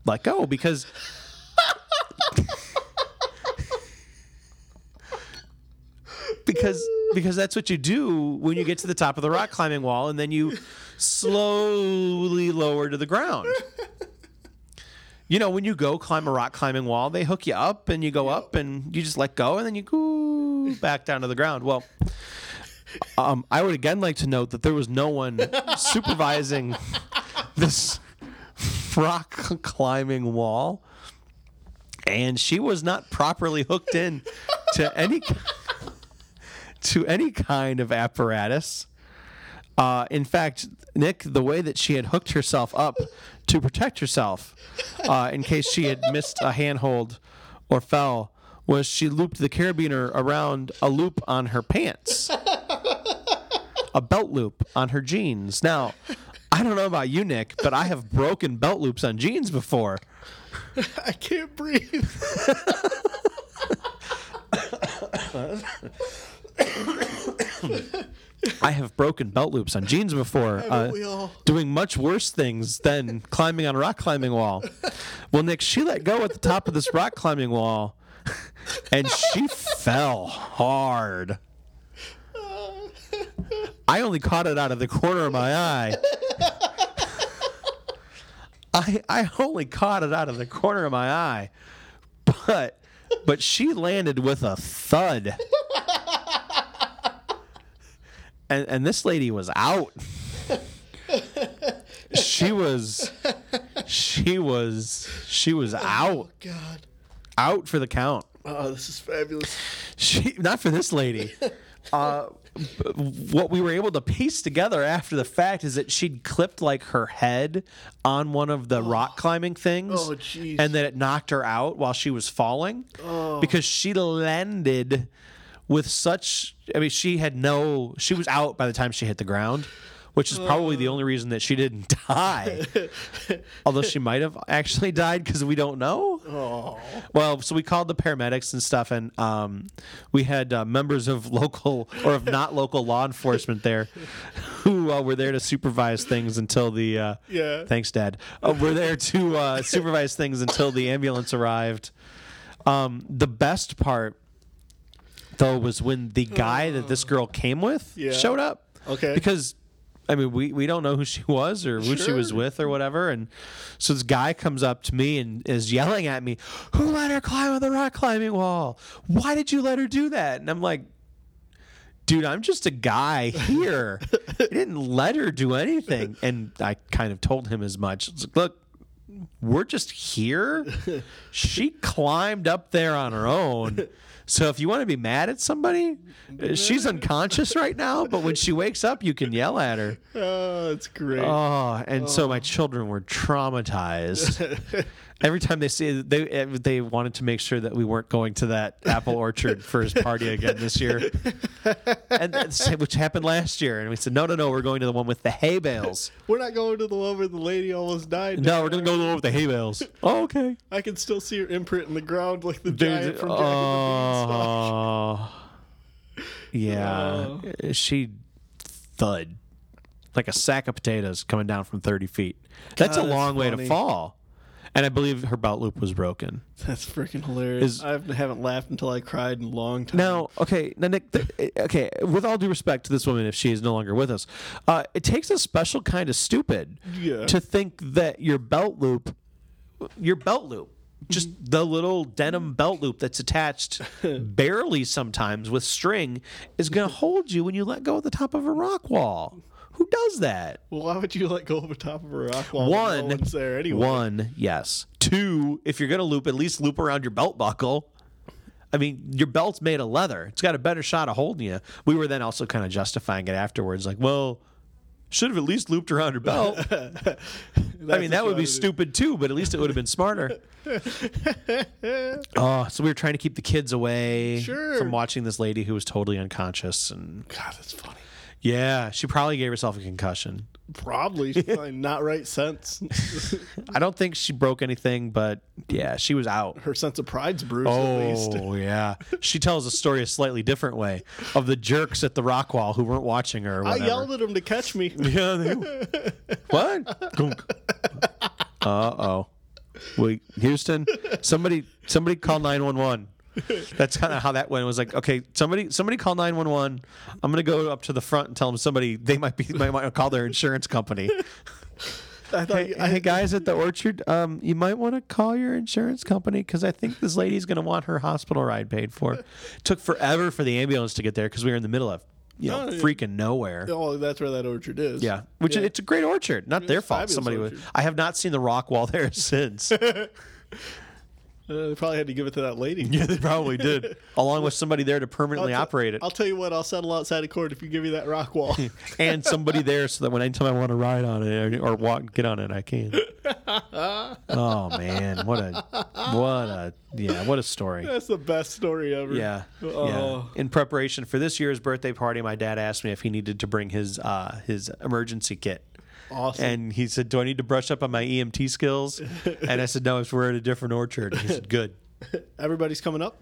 Speaker 3: let go because because because that's what you do when you get to the top of the rock climbing wall and then you slowly lower to the ground. You know, when you go climb a rock climbing wall, they hook you up and you go up and you just let go and then you go back down to the ground. Well, um, I would again like to note that there was no one supervising this rock climbing wall, and she was not properly hooked in to any to any kind of apparatus. Uh, in fact, Nick, the way that she had hooked herself up to protect herself uh, in case she had missed a handhold or fell was she looped the carabiner around a loop on her pants a belt loop on her jeans. Now, I don't know about you, Nick, but I have broken belt loops on jeans before.
Speaker 2: [LAUGHS] I can't breathe.
Speaker 3: I have broken belt loops on jeans before. uh,
Speaker 2: [LAUGHS] we all?
Speaker 3: Doing much worse things than climbing on a rock climbing wall. Well, Nick, she let go at the top of this rock climbing wall and she fell hard. I only caught it out of the corner of my eye. I I only caught it out of the corner of my eye. But but she landed with a thud. And and this lady was out. She was she was she was out
Speaker 2: God.
Speaker 3: out for the count.
Speaker 2: Oh, this is fabulous.
Speaker 3: She not for this
Speaker 2: [LAUGHS]
Speaker 3: lady. Uh, b- what we were able to piece together after the fact is that she'd clipped like her head on one of the rock climbing things,
Speaker 2: Oh, jeez. Oh.
Speaker 3: and that it knocked her out while she was falling because she landed with such. I mean, she had no. She was out by the time she hit the ground. Which is probably
Speaker 2: Oh.
Speaker 3: the only reason that she didn't [LAUGHS] die. Although she might have actually died because we don't know. Well, so we called the paramedics and stuff, and um, we had uh, members of local or of not local law enforcement there, [LAUGHS] who uh, were there to supervise things until the. Uh,
Speaker 2: Yeah.
Speaker 3: Thanks, Dad. Uh, we're there to uh, supervise things until the ambulance arrived. Um, the best part, though, was when the guy that this girl came with
Speaker 2: Oh. Yeah.
Speaker 3: showed up.
Speaker 2: Okay.
Speaker 3: Because. I mean, we, we don't know who she was or who she was
Speaker 2: Sure.
Speaker 3: with or whatever. And so this guy comes up to me and is yelling at me, Who let her climb on the rock climbing wall? Why did you let her do that? And I'm like, Dude, I'm just a guy here. I didn't let her do anything. And I kind of told him as much. It's like, Look, we're just here. She climbed up there on her [LAUGHS] own. So if you want to be mad at somebody, uh, she's unconscious right now, but when she wakes up, you can yell at [LAUGHS] her.
Speaker 2: Oh, it's great.
Speaker 3: Oh, and so my children were traumatized. [LAUGHS] Every time they see they eh, they wanted to make sure that we weren't going to that apple orchard for his party again this [LAUGHS] year, and that's, which happened last year. And we said, no, no, no, we're going to the one with the hay [LAUGHS] bales.
Speaker 2: We're not going to the one where the lady almost died.
Speaker 3: No, we're going to go to the one with the hay bales. [LAUGHS] Oh, okay.
Speaker 2: I can still see her imprint in the ground, like the uh, giant
Speaker 3: Dude,
Speaker 2: from Jack and the Beanstalk. [LAUGHS]
Speaker 3: oh, yeah, Uh, she thud like a sack of potatoes coming down from thirty feet. That's
Speaker 2: God,
Speaker 3: a
Speaker 2: that's
Speaker 3: long way
Speaker 2: funny.
Speaker 3: to fall, and I believe her belt loop was broken.
Speaker 2: That's freaking hilarious.
Speaker 3: Is-
Speaker 2: I haven't laughed until I cried in a long time.
Speaker 3: Now, okay, now Nick, th- eh, okay, with all due respect to this woman, if she is no longer with us, uh, it takes a special kind of stupid
Speaker 2: Yeah.
Speaker 3: to think that your belt loop, your belt loop, just
Speaker 2: Mm-hmm.
Speaker 3: the little denim belt loop that's
Speaker 2: [LAUGHS]
Speaker 3: attached barely sometimes with string is going to hold you when you let go at the top of a rock wall. Who does that?
Speaker 2: Well, why would you let go of the top of a rock wall? when
Speaker 3: One,
Speaker 2: no one's there anyway.
Speaker 3: One, yes. Two, if you're going to loop, at least loop around your belt buckle. I mean, your belt's made of leather. It's got a better shot of holding you. We were then also kind of justifying it afterwards, like, well, should have at least looped around your belt.
Speaker 2: [LAUGHS]
Speaker 3: I mean, that would be stupid too, but at least it would have been
Speaker 2: [LAUGHS]
Speaker 3: smarter. oh, so we were trying to keep the kids away
Speaker 2: Sure.
Speaker 3: from watching this lady who was totally unconscious, and
Speaker 2: God, that's funny.
Speaker 3: yeah, she probably gave herself a concussion.
Speaker 2: Probably, [LAUGHS] she's probably not right sense.
Speaker 3: I don't think she broke anything, but yeah, she was out.
Speaker 2: Her sense of pride's bruised at least.
Speaker 3: Oh
Speaker 2: [LAUGHS]
Speaker 3: yeah, she tells a story a slightly different way of the jerks at the rock wall who weren't watching her. Or
Speaker 2: I
Speaker 3: whatever.
Speaker 2: yelled at him to catch [LAUGHS] me.
Speaker 3: Yeah. They,
Speaker 2: [LAUGHS]
Speaker 3: what? Uh oh. Wait, Houston. Somebody. Somebody call nine one one. That's kind of how that went. It was like, okay, somebody, somebody call nine one one. I'm gonna go up to the front and tell them somebody they might be might want to call their insurance company.
Speaker 2: I thought
Speaker 3: Hey,
Speaker 2: you- I,
Speaker 3: hey guys at the orchard, um, you might want to call your insurance company because I think this lady's going to want her hospital ride paid
Speaker 2: [LAUGHS]
Speaker 3: for. Took forever for the ambulance to get there because we were in the middle of, you know,
Speaker 2: No, it-
Speaker 3: freaking nowhere.
Speaker 2: oh, that's where that orchard is.
Speaker 3: Yeah, which
Speaker 2: Yeah.
Speaker 3: it's a great orchard. Not their
Speaker 2: a
Speaker 3: fault.
Speaker 2: fabulous
Speaker 3: Somebody was.
Speaker 2: orchard.
Speaker 3: I have not seen the rock wall there [LAUGHS]
Speaker 2: [LAUGHS]
Speaker 3: since.
Speaker 2: Uh, they probably had to give it to that lady.
Speaker 3: yeah, they probably did, along with somebody there to permanently
Speaker 2: I'll t- [LAUGHS]
Speaker 3: operate it,
Speaker 2: I'll tell you what, I'll settle outside of court if you give me that
Speaker 3: [LAUGHS]
Speaker 2: rock wall. [LAUGHS]
Speaker 3: and somebody there so that when anytime I want to ride on it or, or walk get on it, I
Speaker 2: [LAUGHS]
Speaker 3: can. oh man, what a what a yeah, what a
Speaker 2: [LAUGHS]
Speaker 3: story.
Speaker 2: That's the best story ever.
Speaker 3: Yeah. yeah.
Speaker 2: Oh.
Speaker 3: In preparation for this year's birthday party, my dad asked me if he needed to bring his uh, his emergency kit.
Speaker 2: Awesome.
Speaker 3: And he said, "Do I need to brush up on my EMT
Speaker 2: [LAUGHS]
Speaker 3: skills?" And I said, "No, it's we're at a different orchard." And he said, "Good."
Speaker 2: Everybody's coming up.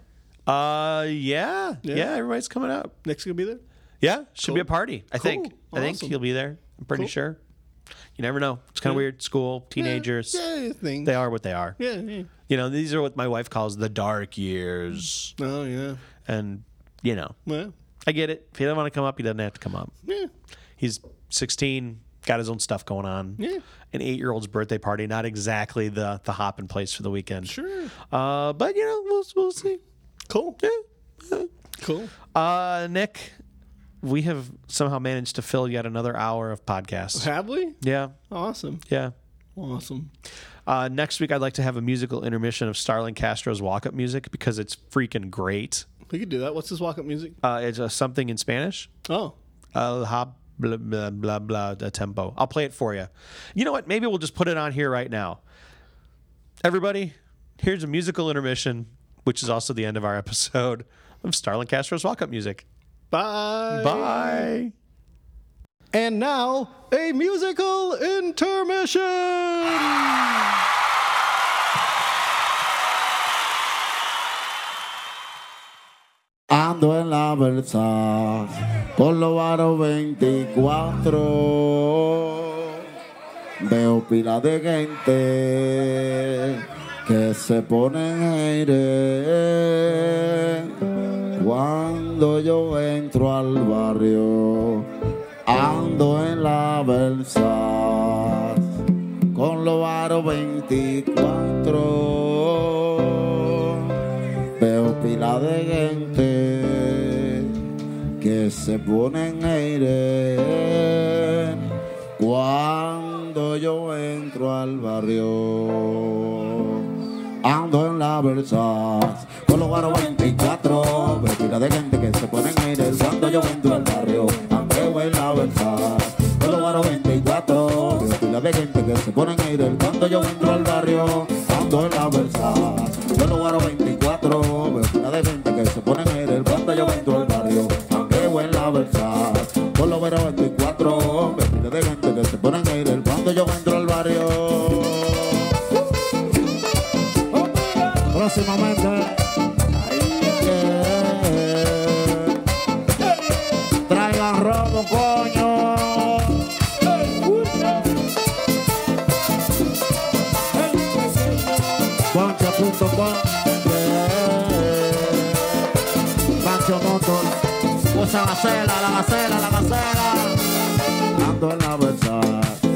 Speaker 3: Uh, yeah, yeah, Everybody's coming up.
Speaker 2: Nick's gonna be there.
Speaker 3: Yeah, should be a party. I think. I
Speaker 2: Cool.
Speaker 3: think
Speaker 2: Awesome.
Speaker 3: he'll be there. I'm pretty
Speaker 2: Cool.
Speaker 3: sure. You never know. It's kind of weird. School, teenagers.
Speaker 2: Yeah, yeah thing.
Speaker 3: They are what they are.
Speaker 2: Yeah, yeah.
Speaker 3: You know, these are what my wife calls the dark years.
Speaker 2: Oh yeah.
Speaker 3: And you know,
Speaker 2: Well,
Speaker 3: I get it. If he doesn't want to come up, he doesn't have to come up.
Speaker 2: yeah.
Speaker 3: He's 16, got his own stuff going on.
Speaker 2: Yeah.
Speaker 3: An eight year old's birthday party, not exactly the the hop in place for the weekend.
Speaker 2: Sure.
Speaker 3: Uh, but you know, we'll we'll see.
Speaker 2: Cool.
Speaker 3: Yeah.
Speaker 2: Cool.
Speaker 3: Uh, Nick, we have somehow managed to fill yet another hour of
Speaker 2: [LAUGHS]
Speaker 3: podcast.
Speaker 2: Have we?
Speaker 3: yeah.
Speaker 2: Awesome.
Speaker 3: Yeah.
Speaker 2: Awesome.
Speaker 3: Uh, next week, I'd like to have a musical intermission of Starling Castro's walk up music because it's freaking great.
Speaker 2: We could do that. What's his walk up music?
Speaker 3: Uh, it's uh, something in Spanish.
Speaker 2: Oh.
Speaker 3: El hop blah blah blah blah the tempo. I'll play it for you. You know what? Maybe we'll just put it on here right now. Everybody, here's a musical intermission, which is also the end of our episode of Starlin Castro's walk up music.
Speaker 2: Bye.
Speaker 3: Bye.
Speaker 2: And now a musical intermission. [LAUGHS]
Speaker 4: Ando en la Versace, Polo Aro 24. Veo pila de gente que se pone en aire. Cuando yo entro al barrio, ando en la Versace, con los Aro 24. Veo pila de gente que se pone en aire cuando yo entro al barrio. Ando en la Versace con los guaros 24. Veo pila de gente que se pone en aire cuando yo entro al barrio. Ando en la Versace con los guaros 24. Veo pila de gente que se ponen haters cuando yo entro al barrio, ando en la Versace. Yo lo guardo 24, vecina de gente que se ponen haters cuando yo entro al barrio, ando en la Versace. Yo lo guardo 24, vecina de gente que se ponen haters cuando yo entro al barrio. Próximamente. Ay, yeah. Traigan robo, coño. Pancho.com Pancho Motor Usa gacela, la gacela, la gacela Ando en la versa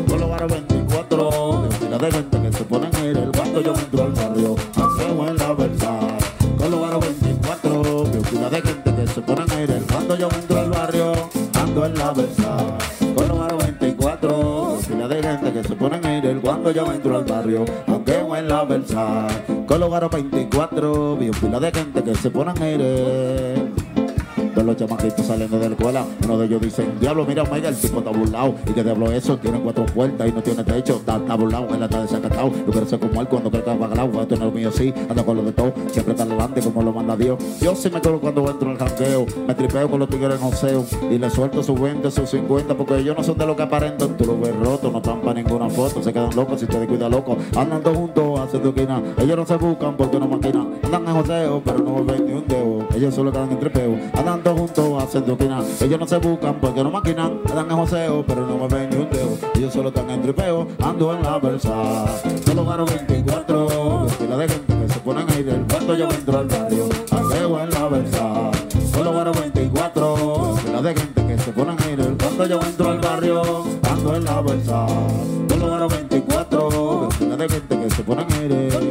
Speaker 4: Con los bares 24 De fila de gente que se ponen en el cuando yo entro al barrio Hacemos en la versa Con los bares 24 De fila de gente que se ponen en el cuando yo entro al barrio Ando en la versa Con los bares 24 De fila de gente que se ponen en el cuando yo entro al barrio Aunque en la versa Con los bares 24 Vi un fila de gente que se ponen en el Todos los chamaquitos saliendo de la escuela, uno de ellos dice, diablo, mira, Omega, el tipo está burlado. ¿Y que diablo eso? Tiene cuatro puertas y no tiene techo, está, está burlado, él está desacatado. Yo quiero ser como él cuando creo que va galao, va a tener lo mío sí, anda con lo de todo, siempre está adelante como lo manda Dios. Yo sí me colo cuando entro al jangueo, me tripeo con los tigres en joseo, y le suelto sus 20, sus 50, porque ellos no son de lo que aparentan, tú lo ves roto, no están para ninguna foto, se quedan locos si te descuida loco, andan todos juntos haciendo esquina, ellos no se buscan porque no maquinan, andan en joseo, pero no ven ni un dedo, ellos solo quedan en tripeo, andan todos juntos haciendo esquina, ellos no se buscan porque no maquinan, andan en joseo, pero no ven ni un dedo, ellos solo están en tripeo, ando en la versa, solo gano 24, fila de gente que se ponen ahí del cuando yo entro al barrio, paseo en la versa, solo gano 24, fila de gente que se ponen ahí del cuando yo entro al barrio, ando en la versa, solo gano 24, fila de gente que se ponen ahí del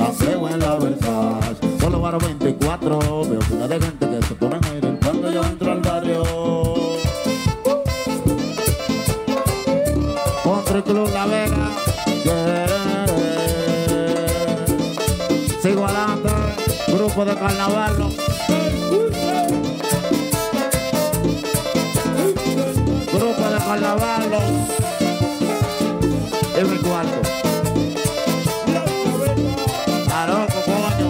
Speaker 4: Paseo en la Versace, solo varo 24. Veo fila de gente que se pone en aire cuando yo entro al barrio. Contra Club La Vega, yeah. sigo adelante. Grupo de carnaval. Grupo de carnaval. En el cuarto. Aroco, coño.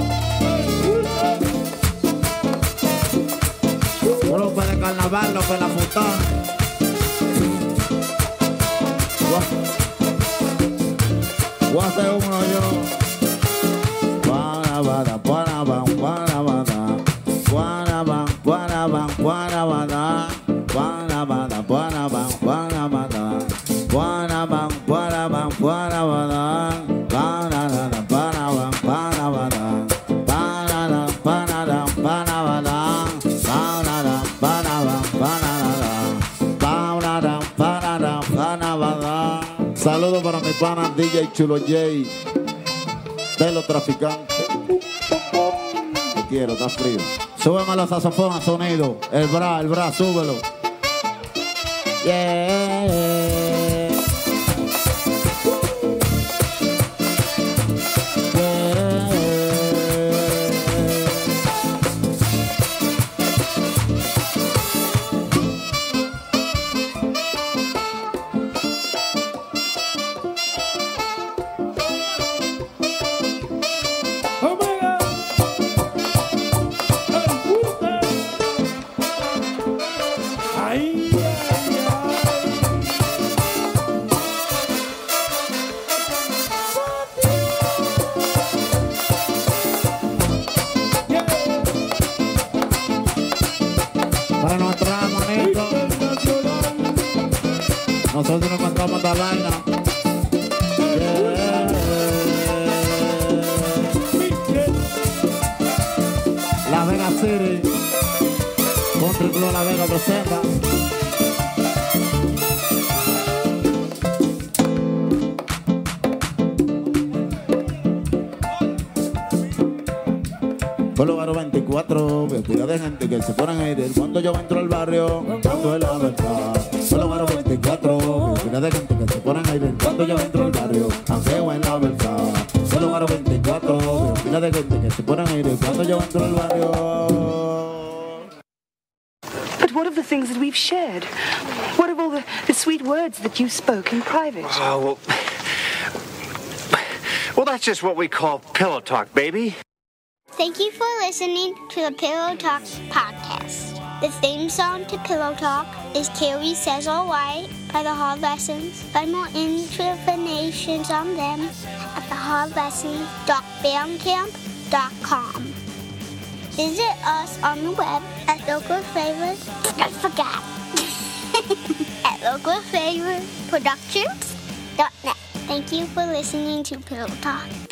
Speaker 4: Grupo de carnaval, lo que la puta. Gua- Guase uno yo. Guanabana, guanaban, guanabana. Guanaban, guanaban, guanabana. Guanabana, guanaban, guanabana. Guanaban, guanaban, guanabana. Banana, banaban, banabana. Banana, banana, banabana. Banana, banana, banana. Banana, banana, banabana. Saludos para mi pana DJ Chulo J de los traficantes. Te quiero, está frío. Súbeme los saxofones, sonido. El bra, el bra, súbelo. Yeah. Yeah. Para nuestra monito. Nosotros nos mandamos la vaina. Yeah. La Vega City. Country Club La Vega presenta. Pueblo Baro 24, vestida de gente que se ponen haters cuando yo entro al barrio, cuando es la verdad. Pueblo Baro 24, vestida de gente que se ponen haters cuando yo entro al barrio, aunque es la verdad. Pueblo Baro 24, vestida de gente que se ponen haters cuando yo entro al barrio.
Speaker 5: But what of the things that we've shared? What of all the, The sweet words that you spoke in private.
Speaker 6: Oh, well. Well, that's just what we call pillow talk, baby.
Speaker 7: Thank you for listening to the Pillow Talk podcast. The theme song to Pillow Talk is Carrie Says All Right by The Hard Lessons. Find more information on them at thehardlessons.bandcamp.com. Visit us on the web at local favors. I forgot. [LAUGHS] at localfavorproductions.net. Thank you for listening to Pillow Talk.